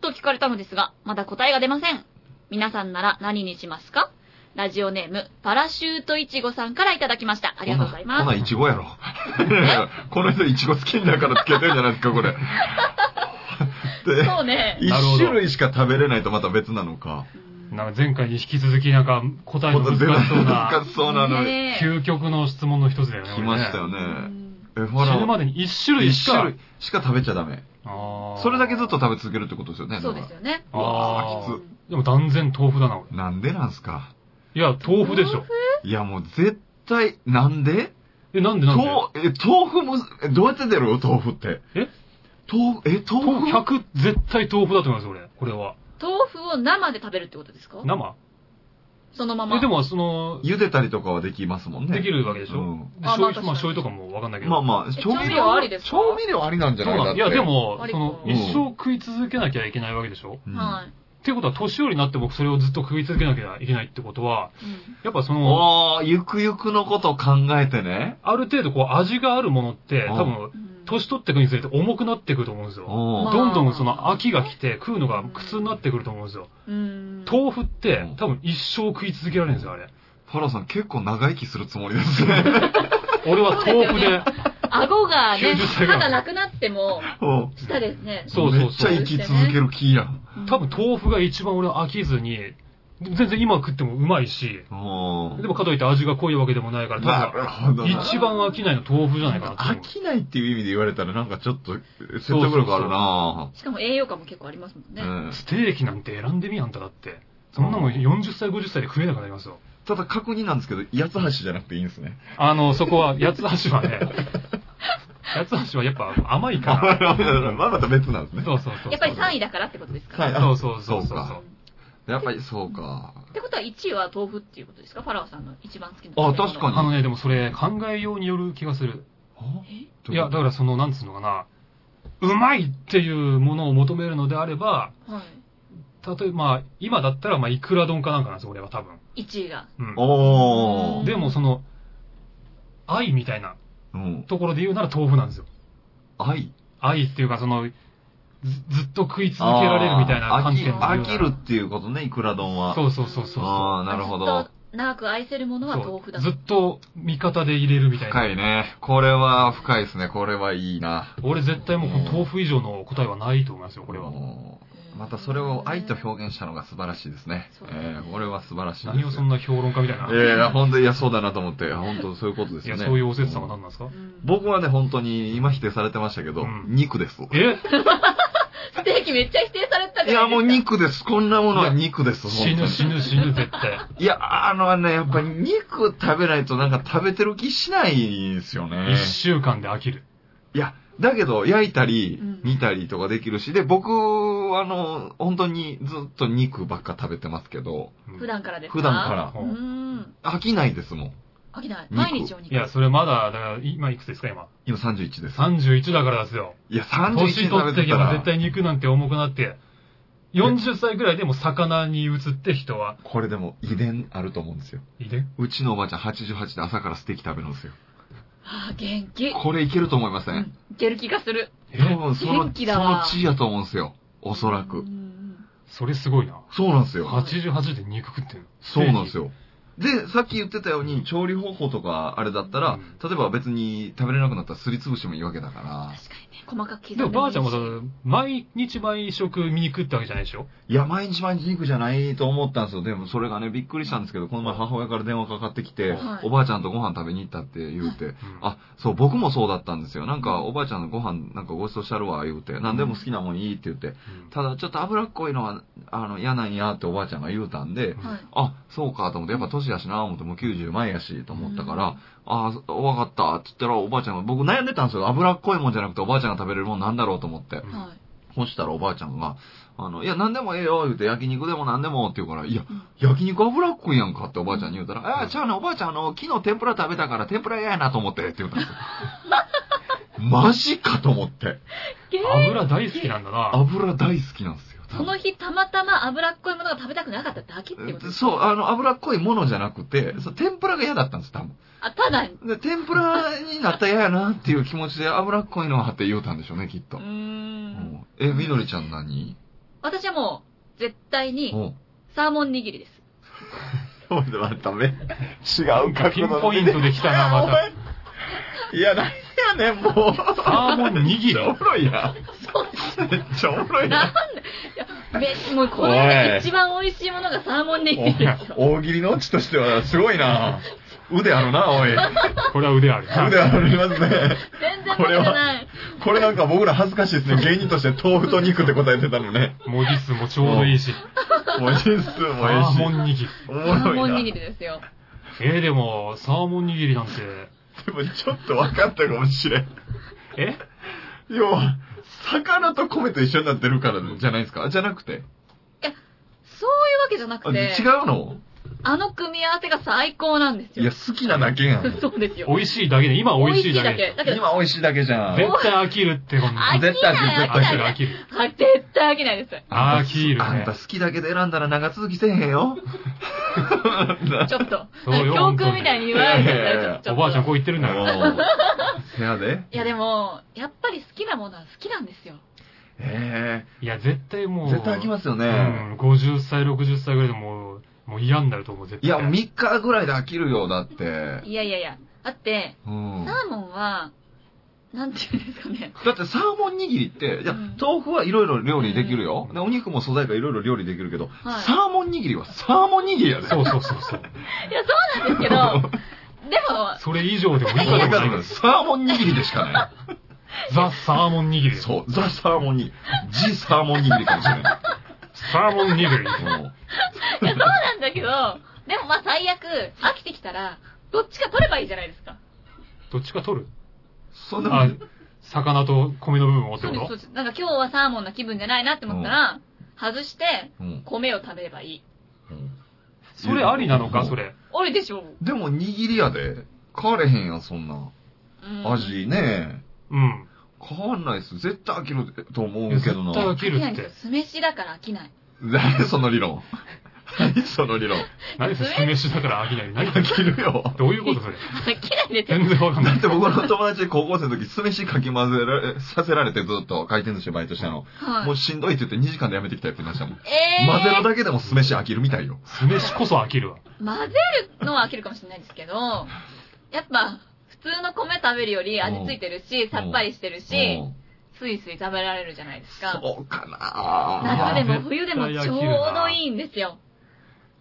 S3: と聞かれたのですが、まだ答えが出ません。皆さんなら何にしますかラジオネーム、パラシュートいちごさんからいただきました。ありがとうござい
S2: こん
S3: ま
S2: な
S3: す。
S2: んイチゴやろ。 この人イチゴ好きだからつけてるんじゃないですか、こ れ。で、
S3: そうね。
S2: 一
S1: なるほど
S2: 種類しか食べれないとまた別なのか。
S1: なんか前回に引き続きなんか答え
S2: ま
S1: の
S2: た
S1: 難
S2: 全
S1: しそ
S2: 然
S1: う
S2: 難
S1: な、
S2: しそうなのに。
S3: ねえ
S1: 究極の質問の一つだよね。
S2: 来ましたよ
S3: う
S2: ね。
S3: ん
S2: え、フ
S1: これね。
S2: ァ
S1: 死ぬま
S2: ラ
S1: でに一種
S2: オ。
S1: 類
S2: 一
S1: し
S2: 種
S1: か。
S2: 類しか食べちゃダメ。
S1: あー
S2: それだけずっと食べ続けるってことですよね。
S3: そうですよね。
S2: うわーき
S1: でも断然豆腐だな、俺。
S2: つ。なんでなんすか。
S1: いや、豆腐でしょ
S3: 豆。
S2: いや、もう絶対、なんで
S1: え、なんでなんで
S2: 豆え豆腐も、えどうやって出る豆腐って。
S1: え
S2: 豆腐、え、豆
S1: 豆
S2: 腐
S1: 腐 ?100 絶対豆腐だと思います、俺。これは。
S3: 豆腐を生で食べるってことですか
S1: 生
S3: そのまま。
S1: え、でも、その、
S2: 茹でたりとかはできますもんね。
S1: できるわけでしょ、
S2: うん
S1: で
S3: あま
S1: 醤
S3: あ確
S1: 油、
S3: かに
S1: まあ、醤油とかもわかんないけど。
S2: まあまあ、
S3: え調味料ありですか
S2: 調味料ありなんじゃ
S1: そ
S2: な
S1: う
S2: い
S1: な
S2: だっ
S1: ん
S2: て
S1: いや、でも、
S3: 割
S1: そ
S3: と
S1: の、一生食い続けなきゃいけないわけでしょ、っ
S2: うん
S3: は
S1: てことは、年寄りになって僕それをずっと食い続けなきゃいけないってことは、
S3: い。うん
S1: やっぱその、
S2: おー、ゆくゆくのことを考えてね。
S1: ある程度こう味があるものって、
S2: うん
S1: 多分、
S3: うん
S1: 年取ってくにつれて重くなってくると思うんですよ。
S2: おー
S3: まあ
S1: どんどんその秋が来て食うのが苦痛になってくると思うんですよ。
S3: うん
S1: 豆腐って
S2: うん
S1: 多分一生食い続けられるんですよ、あれ。
S2: ファラさん結構長生きするつもりですね。
S1: 俺は豆腐 で。
S3: 顎がね
S1: 90、歳ぐら
S3: 歯
S1: い
S3: がなくなっても、
S2: おう
S3: 舌ですね。
S1: そうそうそう
S2: めっちゃ生き続ける気やん。
S1: 多分豆腐が一番俺は飽きずに、全然今食ってもうまいし、
S2: おー
S1: でもかといって味が濃いわけでもないから、多
S2: なるほど
S1: 分
S2: な。
S1: 一番飽きないの豆腐じゃないかなと思
S2: 飽
S1: う。
S2: きないっていう意味で言われたらなんかちょっと説得力あるな
S3: しかも栄養価も結構ありますもんね。
S2: うん
S1: ステーキなんて選んでみあんただって。そんなもん40歳、50歳で食えなくなりますよ。
S2: ただ確認なんですけど、八つ橋じゃなくていいんですね。
S1: あの、そこは、八つ橋は ね、八つ橋はやっぱ甘い
S2: ま
S1: か
S2: あまた別なんです
S1: ら。
S2: ね。
S1: そうそうそう。
S3: やっぱり3位だからってことですか
S2: はい
S1: そうそうそう
S2: そう
S1: そう
S2: か。やっぱりそうか。
S3: ってことは1位は豆腐っていうことですかパラオさんの一番好きな。
S2: あ確かに
S1: あのね、でもそれ考えようによる気がする。いや、だからその、なんつうのかな、うまいっていうものを求めるのであれば、
S3: に。は
S1: 例えば、まあ、今だったら、まあ、いくら丼かなんかなんですよ、俺は多分。
S3: い。1位が。
S1: う
S2: お
S1: ん。
S2: ー。
S1: でも、その、愛みたいな
S2: うん。
S1: ところで言うなら豆腐なんですよ。
S2: 愛
S1: 愛っていうか、その、ずずっと食い続けられるみたいな観点で言うな
S2: あ
S1: ら
S2: ー飽き飽きるっていうことね、いくら丼は。
S1: そうそうそうそう。
S2: ああ、なるほど
S3: ず。っと長く愛せるものは豆腐だ
S1: ず。っと味方で入れるみたいな。
S2: 深いね。これは深いですね。これはいいな。
S1: 俺絶対もうこの豆腐以上の答えはないと思いますよ、これは。
S2: もうまたそれを愛と表現したのが素晴らしいですね
S3: そう。ですね
S2: えー、これは素晴らしいです。
S1: 何をそんな評論家みたいな。
S2: いやいや、ほんと、いや、そうだなと思って、本当そういうことです
S1: い
S2: よ
S1: や、
S2: ね。
S1: そういうおせつさんは何なんですか
S3: うん
S2: 僕はね、本当に、今否定されてましたけど、
S1: うん
S2: 肉です。
S1: え
S3: ステーキめっちゃ否定されてた
S2: い
S3: じ
S2: や、
S3: ゃないで
S2: もう肉です。こんなものは肉です。
S1: 死
S2: 本
S1: ぬ死ぬ死ぬ絶対。
S2: 当にいや、あのね、やっぱり肉食べないとなんか食べてる気しないんですよね
S1: 一。週間で飽きる。
S2: いや、だけど、焼いたり
S3: うん、
S2: 煮たりとかできるし、で、僕、あの、本当にずっと肉ばっか食べてますけど、
S1: うん
S3: すか普段からですか
S2: 普段か
S3: うーん。
S2: ら飽きないですもん。
S3: 飽きない。
S2: 肉
S3: 毎日お肉。
S1: いや、それまだ、だから、今いくつですか、今。
S2: 今31です。
S1: 31だからですよ。
S2: いや、31
S1: 年
S2: 食
S1: 取
S2: べ
S1: って
S2: て
S1: い
S2: た
S1: けば
S2: ら
S1: 絶、対肉なんて重くなって、40歳ぐらいでも魚に移って人は、
S2: これでも遺伝あると思うんですよ。
S1: 遺伝
S2: うちのおばあちゃん88で朝からステーキ食べるんですよ。
S3: あー元気。う
S2: これいけると思いません、
S3: んいける気がする。
S1: え
S2: 多分その、
S3: 元
S2: そ
S3: 気だわ
S2: の地位やと思うんですよ。おそら
S3: う
S2: く
S3: んう。ん
S1: それすごいな。
S2: そうなんですよ。
S1: 88で肉食ってる
S2: そうなんですよ。で、さっき言ってたように、調理方法とかあれだったら、
S1: うん
S2: 例えば別に食べれなくなったらすりつぶしてもいいわけだから、
S3: 確かにね。細かく刻
S1: で
S3: んで
S1: も
S3: もいいし。
S1: ばあちゃんもさ、毎日毎食見に食ったわけじゃないでしょ
S2: いや、毎日毎日肉じゃないと思ったんですよ。でもそれがね、びっくりしたんですけど、この前母親から電話かかってきて、
S3: はい
S2: おばあちゃんとご飯食べに行ったって言うて、
S1: うん
S2: あ、そう、僕もそうだったんですよ。なんか、おばあちゃんのご飯なんかごちそうしたるわ、言うて、何でも好きなもんいいって言って、
S1: うん
S2: ただちょっと脂っこいのは、あの、嫌なんやっておばあちゃんが言うたんで、
S3: はい。
S2: あ、そうかと思って、やっぱ年やしな、思って、もう90前やし、と思ったから、ああ、わかった、って言ったらおばあちゃんが、僕悩んでたんですよ。脂っこいもんじゃなくておばあちゃんが食べれるもんなんだろうと思って。
S1: うん
S3: はい。
S2: 干したらおばあちゃんが、あの、いや、何でもええよ、言うて、焼肉でも何でも、って言うから、いや、焼肉油っこいやんかっておばあちゃんに言うたら、ああ、ちゃうね、おばあちゃん、あの、昨日天ぷら食べたから天ぷら嫌やなと思って、って言うたん ですよ。マジかと思って。
S1: 油大好きなんだな。
S2: 油大好きなんですよ。
S3: その日たまたま脂っこいものが食べたくなかっただけってことです。
S2: そう、あの、油っこいものじゃなくて、そう天ぷらが嫌だったんです、多分。
S3: あ、ただ、う
S2: で、天ぷらになったら嫌やなっていう気持ちで脂っこいのを貼って言うたんでしょうね、きっと
S3: ー。ん。
S2: うんえ、みどりちゃん何
S3: 私はもう、絶対に、
S2: お
S3: サーモン握りです。
S2: おい、まため、違う
S1: ピンポイントで来たな、また。
S2: いや、何やねん、もう。
S1: サーモン握り。
S2: おもろいやん。
S3: そうです。
S2: めっちゃおもろいやん。
S3: め、もうこの世で一番美味しいものがサーモン握りですよ。
S2: 大喜利のオチとしてはすごいな。腕あるな、おい。
S1: これは腕ある。
S2: 腕ありますね。
S3: 全然無理じゃない。
S2: これなんか僕ら恥ずかしいですね。芸人として豆腐と肉って答えてたのね。
S1: 文字数もちょうどいいし。
S2: もう人数
S1: サ
S2: もええ
S1: ー
S2: し。
S1: モン握り。
S2: お
S3: サーモ
S2: も
S3: ン
S2: ろ
S3: 握
S2: い
S3: り
S2: な。
S3: ですよ。
S1: えー、でも、サーモン握りなんて、
S2: でもちょっと分かったかもしれん。
S1: え
S2: 要は、魚と米と一緒になってるからじゃないですかじゃなくて。
S3: そういうわけじゃな
S2: あ
S3: くて
S2: 違、うの
S3: あの組み合わせが最高なんです
S2: い
S3: よ
S2: や、。好きなだけや ん。
S3: そうですよ。
S1: 美味しいだけで、今美味しいだけ
S3: 美味
S1: で。
S3: だけ。だけど、
S2: 今美味しいだけじゃん。
S1: 絶対飽きるって、こんな
S3: 飽
S1: の。
S3: きない
S2: 絶対飽
S1: 飽きる、
S3: 飽
S1: 飽
S3: き
S1: きる。
S3: ない。あ絶対飽きないです。
S2: あんた
S1: 飽きるね
S2: あんた好きだけで選んだら長続きせえへん よ。
S3: ちょっと、
S1: そうよ
S3: 教訓みたいに言わないでください
S2: いやいやいや
S3: ちょっと。
S1: おばあちゃんこう
S3: い
S1: 言ってるんだから。
S2: せやで。
S3: やでも、やっぱり好きなものは好きなんですよ。
S2: え
S1: いや、絶対
S2: え
S1: もう。
S2: 絶対飽きますよ
S1: う
S2: ね。
S1: ん、50歳、60歳ぐらいでもう、もう嫌になると思う、絶
S2: い
S1: 対。
S2: や、3日ぐらいで飽きるよ、だって。
S3: いやいやいや。だって、
S2: うん。
S3: サーモンは、なんていうんですか ね。
S2: だってサーモン握りって、いや
S3: うん、
S2: 豆腐はいろいろ料理できるよ
S1: う。ん
S2: でお肉も素材がいろいろ料理できるけど、
S3: はい
S2: サーモン握りはサーモン握りやで。
S1: そうそうそうそう。
S3: いや、そうなんですけど、でも、
S1: それ以上でも以
S2: だ
S1: 下でも
S2: か
S1: ない
S2: ら
S1: です。
S2: サーモン握りでしかない。
S1: ザ・サーモン握りです。
S2: そう、ザ・サーモン握り。ジ・サーモン握りかもしれない。
S1: サーモン握り。
S2: うん
S3: いや、そうなんだけど、でもまあ最悪、飽きてきたら、どっちか取ればいいじゃないですか。
S1: どっちか取る
S2: そんな
S1: あ、魚と米の部分をって
S3: そう
S1: こ
S3: で
S1: と
S3: す、そうです。なんか今日はサーモンな気分じゃないなって思ったら、外して、
S2: うん
S3: 米を食べればいい。
S2: うん
S1: それありなのか、それ。
S3: 俺でしょう。
S2: でも握りやで。変われへんやん、そんな。
S3: うん、
S2: 味ね。
S1: うん。
S2: 変わんないっす。絶対飽きると思
S1: いや
S2: うけ
S1: 絶
S2: ど
S1: 対
S2: な
S1: 飽。きる
S3: 飽きない
S1: っ
S3: んで
S1: て
S3: す。。酢飯だから飽きない。
S2: 何その理論。何その理論。
S1: 何それ酢飯だから飽きない。何
S2: 飽きるよ。
S1: どういうことそれ。
S3: 飽きないんですよ。
S1: 全然わかんな
S2: だっ
S1: い。
S2: て僕の友達高校生の時、酢飯かき混ぜられ、させられてずっと回転寿司バイトしたの。
S3: はい。
S2: もうしんどいって言って2時間でやめてきたやってましたもん。
S3: えー、
S2: 混ぜるだけでも酢飯飽きるみたいよ。
S1: 酢飯こそ飽きるわ。
S3: 混ぜるのは飽きるかもしれないですけど、やっぱ、普通の米食べるより味ついてるし、さっぱりしてるし
S2: う、ん
S3: スイスイ食べられるじゃないですか。
S2: そうかな
S3: 夏
S1: あ
S3: で
S1: ー
S3: も冬でもちょうどいいんですよ。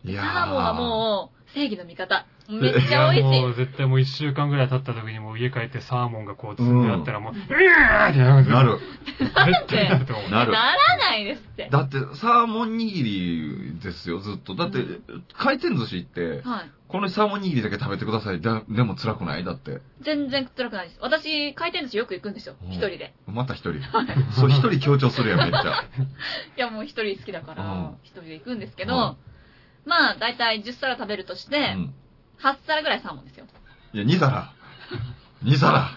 S2: い
S3: サ
S2: や
S3: ーモンはもう、正義の味方。めっ
S1: い
S3: ち
S1: や
S3: ゃ美味しい
S1: も。う絶対もう一週間ぐらい経った時にもう家帰ってサーモンがこう積んであったらもう、うわーってなるんですよ
S2: な。る。
S1: 絶対なると思う。
S2: なる。
S3: ならないですって。
S2: だって、サーモン握りですよ、ずっと。だって
S3: うん、
S2: 回転寿司行って、
S3: はい。
S2: このサーモン握りだけ食べてください。だでも辛くないだって。
S3: 全然辛くないです。私、回転寿司よく行くんですよ。
S2: うん
S3: 一人で。
S2: また一人。そう、一人強調するやん、めっち ゃ。
S3: いや、もう一人好きだか
S2: うん
S3: ら、一人で行くんですけ
S2: うん
S3: ど、まあ、だいたい10皿食べるとして、
S2: うん。
S3: 8皿ぐらいサーモンですよ。
S2: いや、2皿。2皿。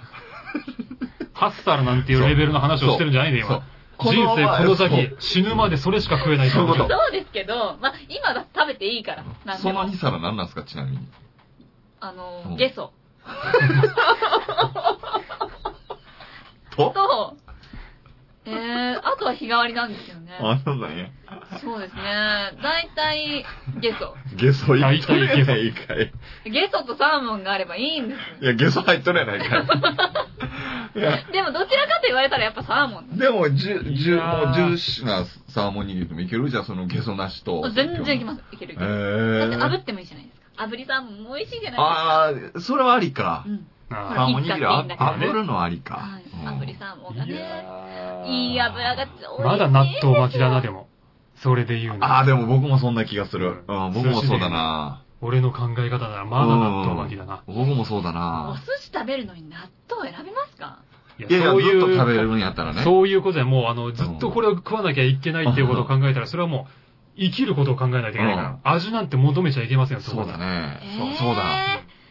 S1: ハッサルなんていうレベルの話をしてるんじゃないで、
S2: そう
S1: 今。。人生この先、死ぬまでそれしか食えないって
S2: そういうこと
S3: そうですけど、まあ、今は食べていいから、なん
S2: そ
S3: で
S2: の
S3: も
S2: 2。皿何なんすか、ちなみに。
S3: あ
S2: う
S3: の
S2: ん、
S3: ゲソ
S2: と
S3: と、えー、あとは日替わりなんですよね。
S2: あ、そうなんや。
S3: そうですね。だいたいゲソ。
S2: ゲソ
S1: 入
S2: 入
S1: っ
S2: っ
S1: と
S2: と
S1: る
S2: る
S1: や
S2: や
S1: な
S2: ないいか い。
S3: ゲソとサーモンがあればいいんです。
S2: いや、ゲソ入っとるやないか い。いや、
S3: でもどちらかと言われたらやっぱサーモン。
S2: でも、じゅ、じゅ、
S1: いや
S2: もう
S1: ー
S2: 10品サーモン握りでもいけるじゃあ、そのゲソなしと。。
S3: 全然いけますす。いける
S2: え
S3: いける。だって炙
S2: ー。
S3: ってもいいじゃないですか。炙りサーモンも美味しいじゃな
S2: あー、それはありか
S3: いですか。う。ん。
S2: サ
S3: ほ
S1: あ
S3: ら
S2: ーモン握りはあ
S1: いいんだけどね
S2: 炙るのありか
S3: は。
S2: う
S3: い。
S2: ん
S3: 炙りサーモンが
S1: い
S3: ね。
S2: やー
S3: いい油が美味しいんですよ。
S1: ーまだ納豆巻きだな、でも。それで言う
S2: ああ、
S1: の。
S2: でも僕もそんな気がする。
S1: う
S2: うんん、僕もそうだな。
S1: 俺の考え方ならまだ納豆巻きだな。
S2: うん僕もそうだ
S3: お
S2: な。
S3: 寿司食べるのに納豆選びますか
S1: いや
S2: いやいや、
S1: そうい
S2: ずっと食べ
S1: う、
S2: るんやったらね。
S1: そういうことでもう、あの、ずっとこれを食わなきゃいけないっていうことを考えたら、それはもう、生きることを考えなきゃいけないから、味なんて求めちゃいけませんよ、
S2: そうだ
S1: ね。
S2: ね。
S3: え
S2: そう
S3: ー
S2: そうだ。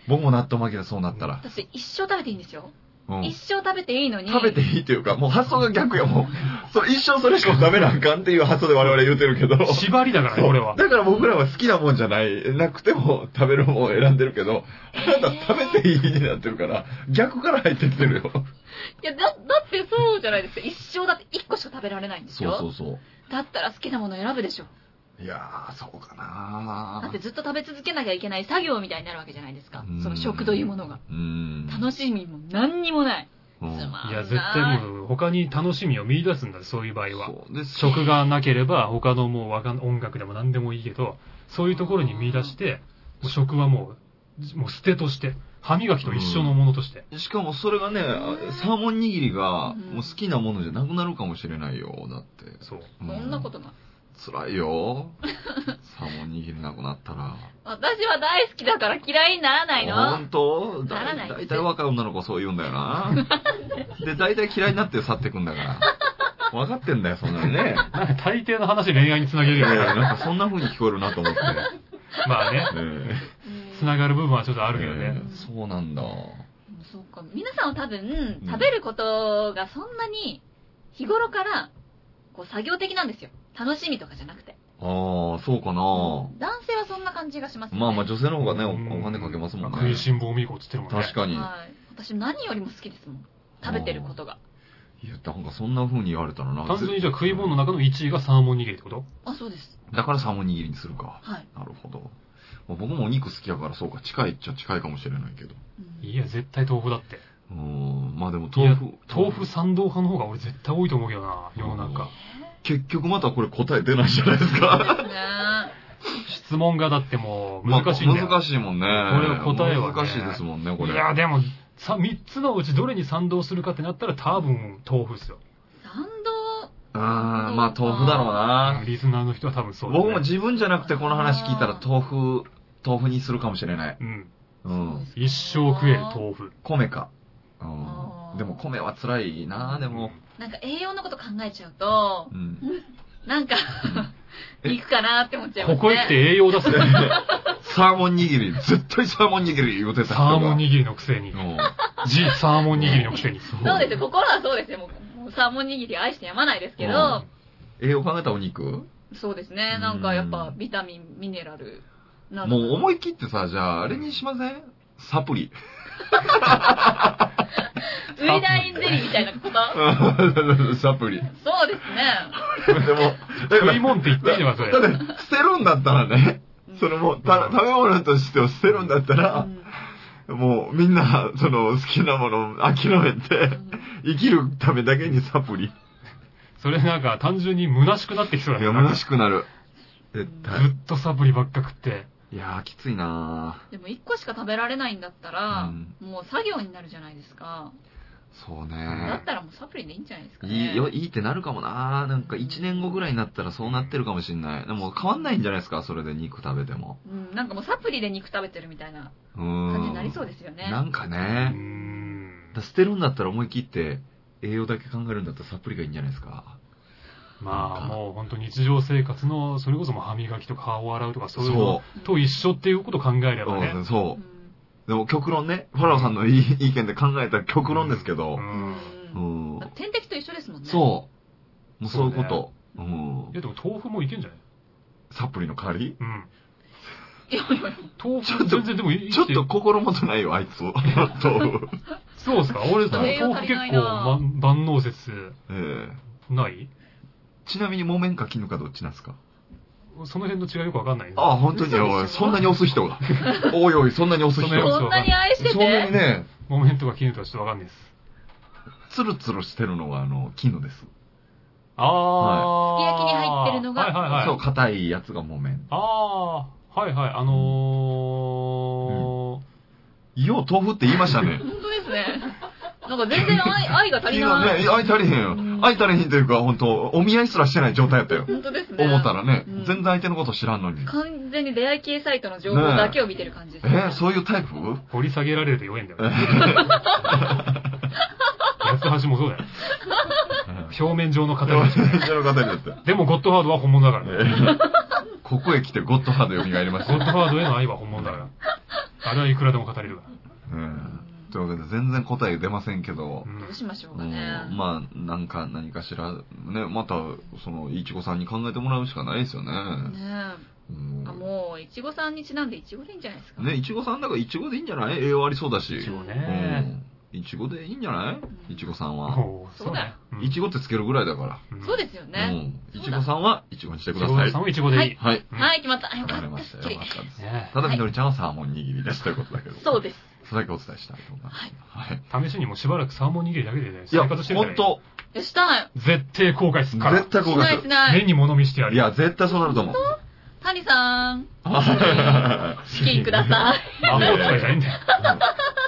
S2: 僕も納豆負けだ、そうなったら。
S3: 私、一生食べていいんですよ。
S2: うん
S3: 一生食べていいのに。
S2: 食べていいというか、もう発想が逆や、もう。そう、一生それしか食べなあかんっていう発想で我々言うてるけど。
S1: 縛りだからね、これは。
S2: だから僕らは好きなもんじゃない、なくても食べるもんを選んでるけど、あなた食べていいになってるから、逆から入ってきてるよ。
S3: いや、だ、だってそうじゃないですか。一生だって一個しか食べられないんですよ。
S2: うそ
S3: だったら好きなもの選ぶでしょ。
S2: う。いやー、そうか
S3: だっ
S2: な
S3: てずっと食べ続けなきゃいけない作業みたいになるわけじゃないですか
S2: う。ん
S3: その食というものが。
S2: うーん。
S3: 楽しみも何にもない。
S2: う
S3: つ
S2: ん
S3: まんない。
S1: いや、絶対もう、他に楽しみを見出すんだ、そういう場合は。
S2: そうです
S1: 食がなければ、他のもうわかん、音楽でも何でもいいけど、そういうところに見出して、もう食はもう、もう捨てとして、歯磨きと一緒のものとして。
S2: しかもそれがね、サーモン握りが、
S3: うん
S2: もう好きなものじゃなくなるかもしれないよ、だって。
S1: そう。
S3: そんなことない。
S2: 辛いよ。サーモン握りなくなったら。
S3: 私は大好きだから嫌いにならないの
S2: 本。当
S3: ならない
S2: だいたい若い女の子そう言うんだよな。で、だいたい嫌いになって去ってくんだ から。分かってんだよ、そんなのね。
S1: なんか大抵の話恋愛につなげ
S2: い
S1: るよ
S2: やい
S1: ね。
S2: やなんかそんな風に聞こえるなと 思って。
S1: まあね、
S2: え
S1: つながる部分はちょっとあ
S2: え
S1: るけどね。
S2: ええそうなんだ。
S3: うんそうか。皆さんは多分
S2: う、ん
S3: 食べることがそんなに日頃からこう作業的なんですよ。楽しみとかじゃなくて。
S2: ああ、そうかな。
S3: 男性はそんな感じがしますね。
S2: まあまあ女性の方がね、お
S1: うん
S2: お金かけますもん
S1: 食
S2: ね
S1: い。しん坊みこっつってるもんね。
S2: 確かに。
S3: はい。私何よりも好きですもん。食べてることが。
S2: いや、なんかそんな風に言われたらな。
S1: 単純にじゃあ食い物の中の1位がサーモン握りってこと
S3: あ、そうです。
S2: だからサーモン握りにするか。
S3: はい。
S2: なるほど。まあ僕もお肉好きやからそうか、近いっちゃ近いかもしれないけど。
S3: うん
S1: いや、絶対豆腐だって。
S2: うーん、まあでも豆腐。
S1: 豆腐賛同派の方が俺絶対多いと思うけどな、世の中。
S2: 結局またこれ答え出ないじゃないですか。
S3: ねえ
S1: 質問がだってもう
S2: まあ
S1: 難しいんだよ。
S2: 難しいもんね。こ
S1: れは答えはね
S2: 難しいですもんね、これ。
S1: いや、でも、さ、三つのうちどれに賛同するかってなったら多分豆腐っすよ。
S3: 賛同。
S2: うーん、まあ豆腐だろうな。
S1: リスナーの人は多分そうだ、ね。
S2: 僕も自分じゃなくてこの話聞いたら豆腐、豆腐にするかもしれない。
S1: うん。
S2: うん。
S1: 一生食える豆腐。
S2: 米か。う
S3: あー
S2: ん。でも米は辛いな、でも。
S3: なんか栄養のこと考えちゃうと
S2: う、ん。
S3: なんか
S2: え
S3: いくかなって思っちゃいます
S1: こ
S3: ね。
S1: こへ来て栄養出す よ。
S2: サーモン握り、絶対サーモン握り言うてた人
S1: サ
S2: が。
S1: ーモン握りのくせに
S2: う。ん。
S1: じ、サーモン握りのくせに。
S3: そうですよ、心はそうですよ。もうもうサーモン握り愛してやまないですけど、
S2: 栄養考えたお肉
S3: そうですね。なんかやっぱビタミン、ミネラルなど。
S2: もう思い切ってさ、じゃあ、あれにしませんサ プリ。
S3: ウイダインゼリーみたいなこと
S2: サプリ。
S3: そうですね。
S2: でも、
S1: 食い物って言っていいのか、そ
S2: だ
S1: れ。
S2: って、捨てるんだったらね、
S3: うん
S2: そのもう、た食べ物としてを捨てるんだったら、もうみんな、その好きなものを諦め
S3: う
S2: て、
S3: ん
S2: 生きるためだけにサプリ。い
S1: それなんか単純に虚しくなってきそうだね
S2: や、虚しくなる。絶
S1: ず
S2: 対。
S1: っとサプリばっか食って。
S2: いやー、きついな
S3: でも1個しか食べられないんだったら、
S2: うん
S3: もう作業になるじゃないですか。
S2: ー。そう
S3: だ
S2: ね
S3: ったらもうサプリでいいんじゃないですかね。
S2: いいよ、いいってなるかもななんか1年後ぐらいになったらそうなってるかもしんない。でも変わんないんじゃないですかそれで肉食べても。
S3: うん、なんかもうサプリで肉食べてるみたいな
S2: うーん。
S3: 感じになりそうですよね。
S2: なんか
S1: うー
S2: ね。
S1: ん
S2: だ。から捨てるんだったら思い切って、栄養だけ考えるんだったらサプリがいいんじゃないですか。
S1: まあもう本当日常生活の、それこそもう歯磨きとか顔を洗うとかそういうの
S2: そ
S1: と一緒っていうことを考えれば
S2: う
S1: ね
S2: ん。そうう。
S3: ん
S2: でも極論ね、ファラオさんのいい意見で考えたら極論ですけど
S1: う、。
S3: うん
S2: うんん。
S3: だって点滴と一緒ですもんね。
S2: そう。もうそういうこと。う
S1: いや
S2: ん。
S1: でも豆腐もいけんじゃない
S2: サプリの代わり
S1: うん。
S3: いやいやいや
S1: 豆
S2: ちょっと
S1: 腐全然でもいい
S2: ちょっと心もとないよ、あいつ。豆腐。
S1: そうですか俺、
S3: 栄養
S1: 豆腐
S3: 足り
S1: 結
S3: ない
S1: 構ま
S3: な
S1: 万能説
S2: え え
S1: ない
S2: ちなみに木綿か絹かどっちなんですか
S1: その辺の違いよくわかんないね
S2: ああ、本当に、
S3: 嘘でしょ
S2: おい、そんなに押す人が。おいおい、そんなに押す人
S1: そんなに
S2: が。
S3: こんなに愛してて。
S2: そんなにね、
S1: 木綿とか絹とかちょっとわかんないです。
S2: ツルツルしてるのは、あの、絹です。
S1: ああ、
S3: すき焼きに入ってるのが
S1: はいはいはい。
S2: そう、硬いやつが木綿。
S1: ああ、はいはい、あの
S2: よう、豆腐って言いましたね。
S3: 本当ですね。なんか全然 愛愛が足り
S2: 今
S3: ない。
S2: ね、愛足りへんよ
S3: うん。
S2: 愛足りへんというか、本当お見合いすらしてない状態やったよ。
S3: 本当ですね。
S2: 思ったらね
S3: うん、
S2: 全然相手のこと知らんのに。
S3: 完全に出会い系サイトの情報だけを見てる感じです
S2: え
S3: ね。
S2: ーそういうタイプ
S1: ー掘り下げられると弱いんだよね。八つ橋もそうだよ。表面上の語りだし
S2: 私の方にだって。
S1: でも、ゴッドハードは本物だからね。
S2: ここへ来てゴッドハード蘇りました
S1: ゴッ
S2: よ
S1: ド。ハードへの愛は本物だから。あれはいくらでも語れるから。
S2: うんというわけで、全然答え出ませんけど
S1: う、ん
S3: どうしましょう
S2: う
S3: か
S2: ん
S3: ね。
S2: まあ、なんか、何かしら、ね、また、その、いちごさんに考えてもらうしかないですよね。
S3: ね
S2: うん
S3: え。あ、もう、いちごさんにちなんでいちごでいいんじゃないですか。
S2: ね、いちごさんだからいちごでいいんじゃない栄養ありそうだし。
S1: 一応
S2: う
S1: ね。
S2: ん。いちごでいいんじゃないいちごさんは。
S1: おー
S3: そうだよ
S1: そうね
S2: いちごってつけるぐらいだか
S1: うん
S3: そうですよ
S2: ら。
S3: ね。
S2: うん。
S3: そうだ
S2: いちごさんはいちごにして
S1: い
S2: く
S1: ち
S2: だ
S1: ご
S2: さい。
S1: さん
S2: は
S1: もいちごでいい。
S2: い。
S1: うん
S3: はい、決まった。よ
S2: わ
S3: か
S2: か
S3: っ
S2: りま
S3: た。
S2: し
S3: す
S2: た
S3: っ
S2: よ。よ
S3: きり
S2: か。ったです。
S1: ね
S2: ただ、みのりちゃんはサーモン握りですということだけど。
S3: そうです。
S2: それだけお伝えしたいと思います。はい。
S1: 試しにもうしばらくサーモン握りだけでね、
S2: いや、
S1: 生活してる
S2: ほ
S1: か
S2: ん
S1: らね
S2: と、
S3: いやしたい。
S1: 絶対後悔すっから
S2: 絶。対
S3: し
S2: 後
S3: ない
S2: 悔
S3: し
S2: す
S3: な
S1: 目
S3: い。
S1: に物見してや
S2: る。
S1: る。
S2: いや、絶対そうなると思う。
S3: 谷さん、
S2: あ
S3: チキンく ださ
S1: 魔法使いじゃないんだよ。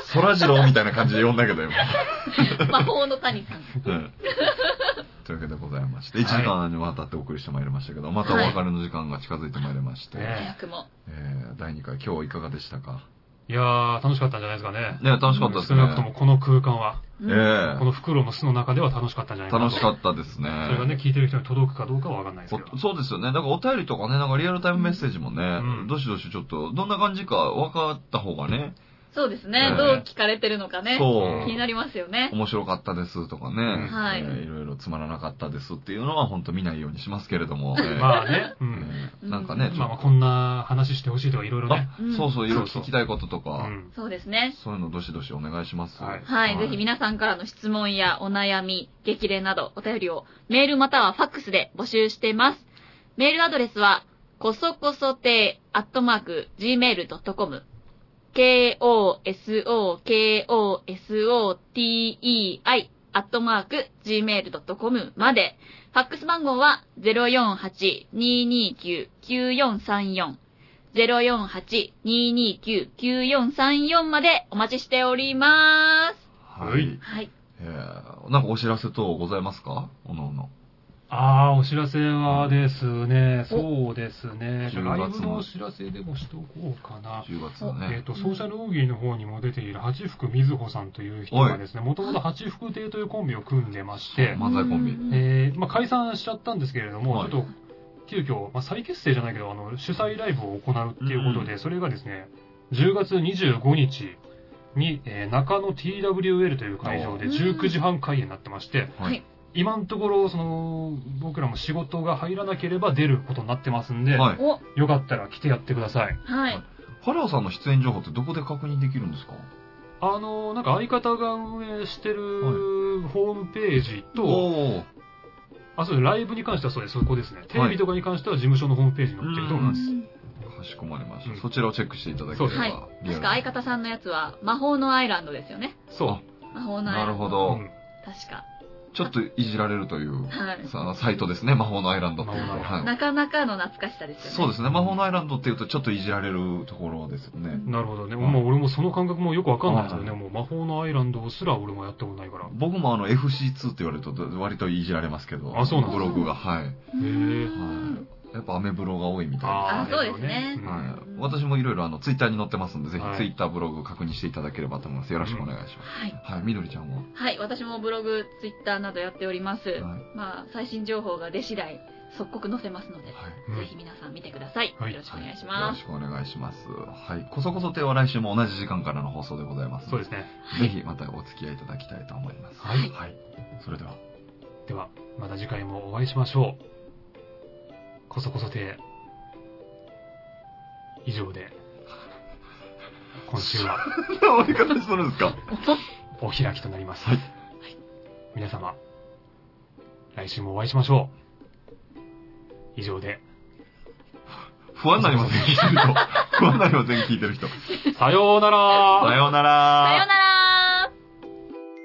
S2: そらジローみたいな感じで呼んだけど、今。
S3: い。魔法の谷さん。
S2: うんというわけでございまして、1時間にわたってお送りしてまいりましたけど、またお別れの時間が近づいてまいりまして、
S1: ね
S3: 早くも。
S2: えー第2回今日いかがでしたか
S1: いやー、楽しかったんじゃないですかね。
S2: ね、楽しかったです
S1: 少
S2: ね。
S1: なくともこの空間は、
S3: うん
S2: え
S1: この袋の巣の中では楽しかったんじゃな
S2: え
S1: いかな
S2: 楽
S1: と。
S2: しかったですね。
S1: それがね、聞いてる人に届くかどうかはわかんないですけど。
S2: おそうですよね。だからお便りとかね、なんかリアルタイムメッセージもね、
S1: うん
S2: どしどしちょっと、どんな感じか分かった方がね、
S3: そうです
S2: え
S3: ね
S2: え。
S3: どう聞かれてるのかね。
S2: そう
S3: 気になりますよね。
S2: 面白かったですとかね、
S3: はい
S2: えーいろいろつまらなかったですっていうのは本当見ないようにしますけれども、えー
S1: まあね、う。
S2: うんんなんかね、ち
S1: まあ
S2: ょ
S1: まあ
S2: っ
S1: こんな話してほしいとかいろいろ
S2: と、
S1: ね。
S2: あ
S3: うん
S2: そうそう、いろいろ聞きたいことと
S1: う
S2: か、
S1: ん。
S3: そうですね。
S2: そういうのどしどしお願いします。
S1: はい
S3: はい、ぜひ皆さんからの質問やお悩み、激励などお便りをメールまたはファックスで募集しています。メールアドレスは、こそこそてアットマーク gmail.com k-o-s-o-k-o-s-o-t-e-i アットマーク gmail.com まで、ファックス番号は048-229-9434 048-229-9434までお待ちしております。
S2: は
S1: はい
S2: い。
S3: はい。
S2: えー、なんかお知らせ等ございますかおのおの。
S1: ああ、お知らせはですね、そうですね。
S2: 10
S1: ライブ
S2: 月
S1: の
S2: の
S1: お知らせでもしとこうかな。
S2: 10月の
S1: えっ
S2: ね。
S1: と、ソーシャル大喜利の方にも出ている八福みずほさんという人がですね、もともと八福亭というコンビを組んでまして、
S2: 漫才コンビ
S3: うん
S1: えーまあ、解散しちゃったんですけれども、
S2: はい
S1: ちょっと急遽、まあ、再結成じゃないけどあの主催ライブを行うっていうことで、それがですね10月25日に、えー中野 TWL という会場で
S3: うん
S1: 19時半開演になってまして、
S3: はい
S1: 今のところその僕らも仕事が入らなければ出ることになってますんで、
S2: はい。
S3: お、
S1: よかったら来てやってください
S3: はい。
S2: 原田さんの出演情報ってどこで確認できるんですか
S1: あのなんか相方が運営してるホームページと、
S2: おー
S1: あそうですライブに関してはそうですそこですねテレビとかに関しては事務所のホームページに載ってると思います、
S2: かしこまりました、
S1: うん
S2: そちらをチェックしていただけ
S1: そう
S2: れ
S1: です
S3: はい
S2: ば。リア
S3: 確
S2: ル
S3: か相方さんのやつは、魔法のアイランドですよね。
S1: そう
S3: 魔法のアイラ
S2: な
S3: ンド。
S2: るほ
S1: う
S2: ど、
S1: ん
S3: 確か。
S2: ちょっといじられるという、
S3: はい。
S2: さサイトですね。魔法のアイランドっていうのは。
S1: 魔法の
S2: はい
S3: なかなかの懐かしさですよね。
S2: そうですね。魔法のアイランドっていうとちょっといじられるところですよね。
S1: なるほどね。
S2: うん
S1: まあ俺もその感覚もよくわかんないですよね。
S2: う
S1: もう魔法のアイランドすら俺もやったことないから。
S2: 僕もあの FC2 って言われると割といじられますけど。
S1: あそうなんで
S2: ブ
S1: す
S2: ログが。はい。
S3: う
S1: へ
S3: ん。
S2: はい。やっぱアメブロが多いみたいです
S3: あーそうですね
S1: うん
S2: はい、私もいろいろあのツイッターに載ってますんで、ぜ
S1: はい
S2: ひツイッターブログ確認していただければと思います。よろしくお願いします。
S3: はい。
S2: はい、みどりちゃんは、
S3: はい。私もブログ、ツイッターなどやっております。
S2: はい、
S3: まあ、最新情報が出次第、即刻載せますので、
S2: はい
S1: うん
S3: ぜひ皆さん見てください。
S1: はい
S3: よろしくお願いし
S2: よ
S3: ま
S2: ろ
S3: す。
S2: しくお願いします。はい、こそこそ亭は来週も同じ時間からの放送でございます。
S1: そうですね。
S2: ぜひまたお付き合いいただきたいと思います。
S1: はい
S2: はい、それでは。
S1: では、また次回もお会いしましょう。こそこそ亭。以上で、今週 は
S2: 終わり方するんですか
S1: お開きとなります。はい。皆様、来週もお会いしましょう。以上で、
S2: 不安になりません、聞いてる人。不安になりません、聞いてる人。
S1: さようなら
S2: さような
S3: さよ
S2: ら
S3: うなら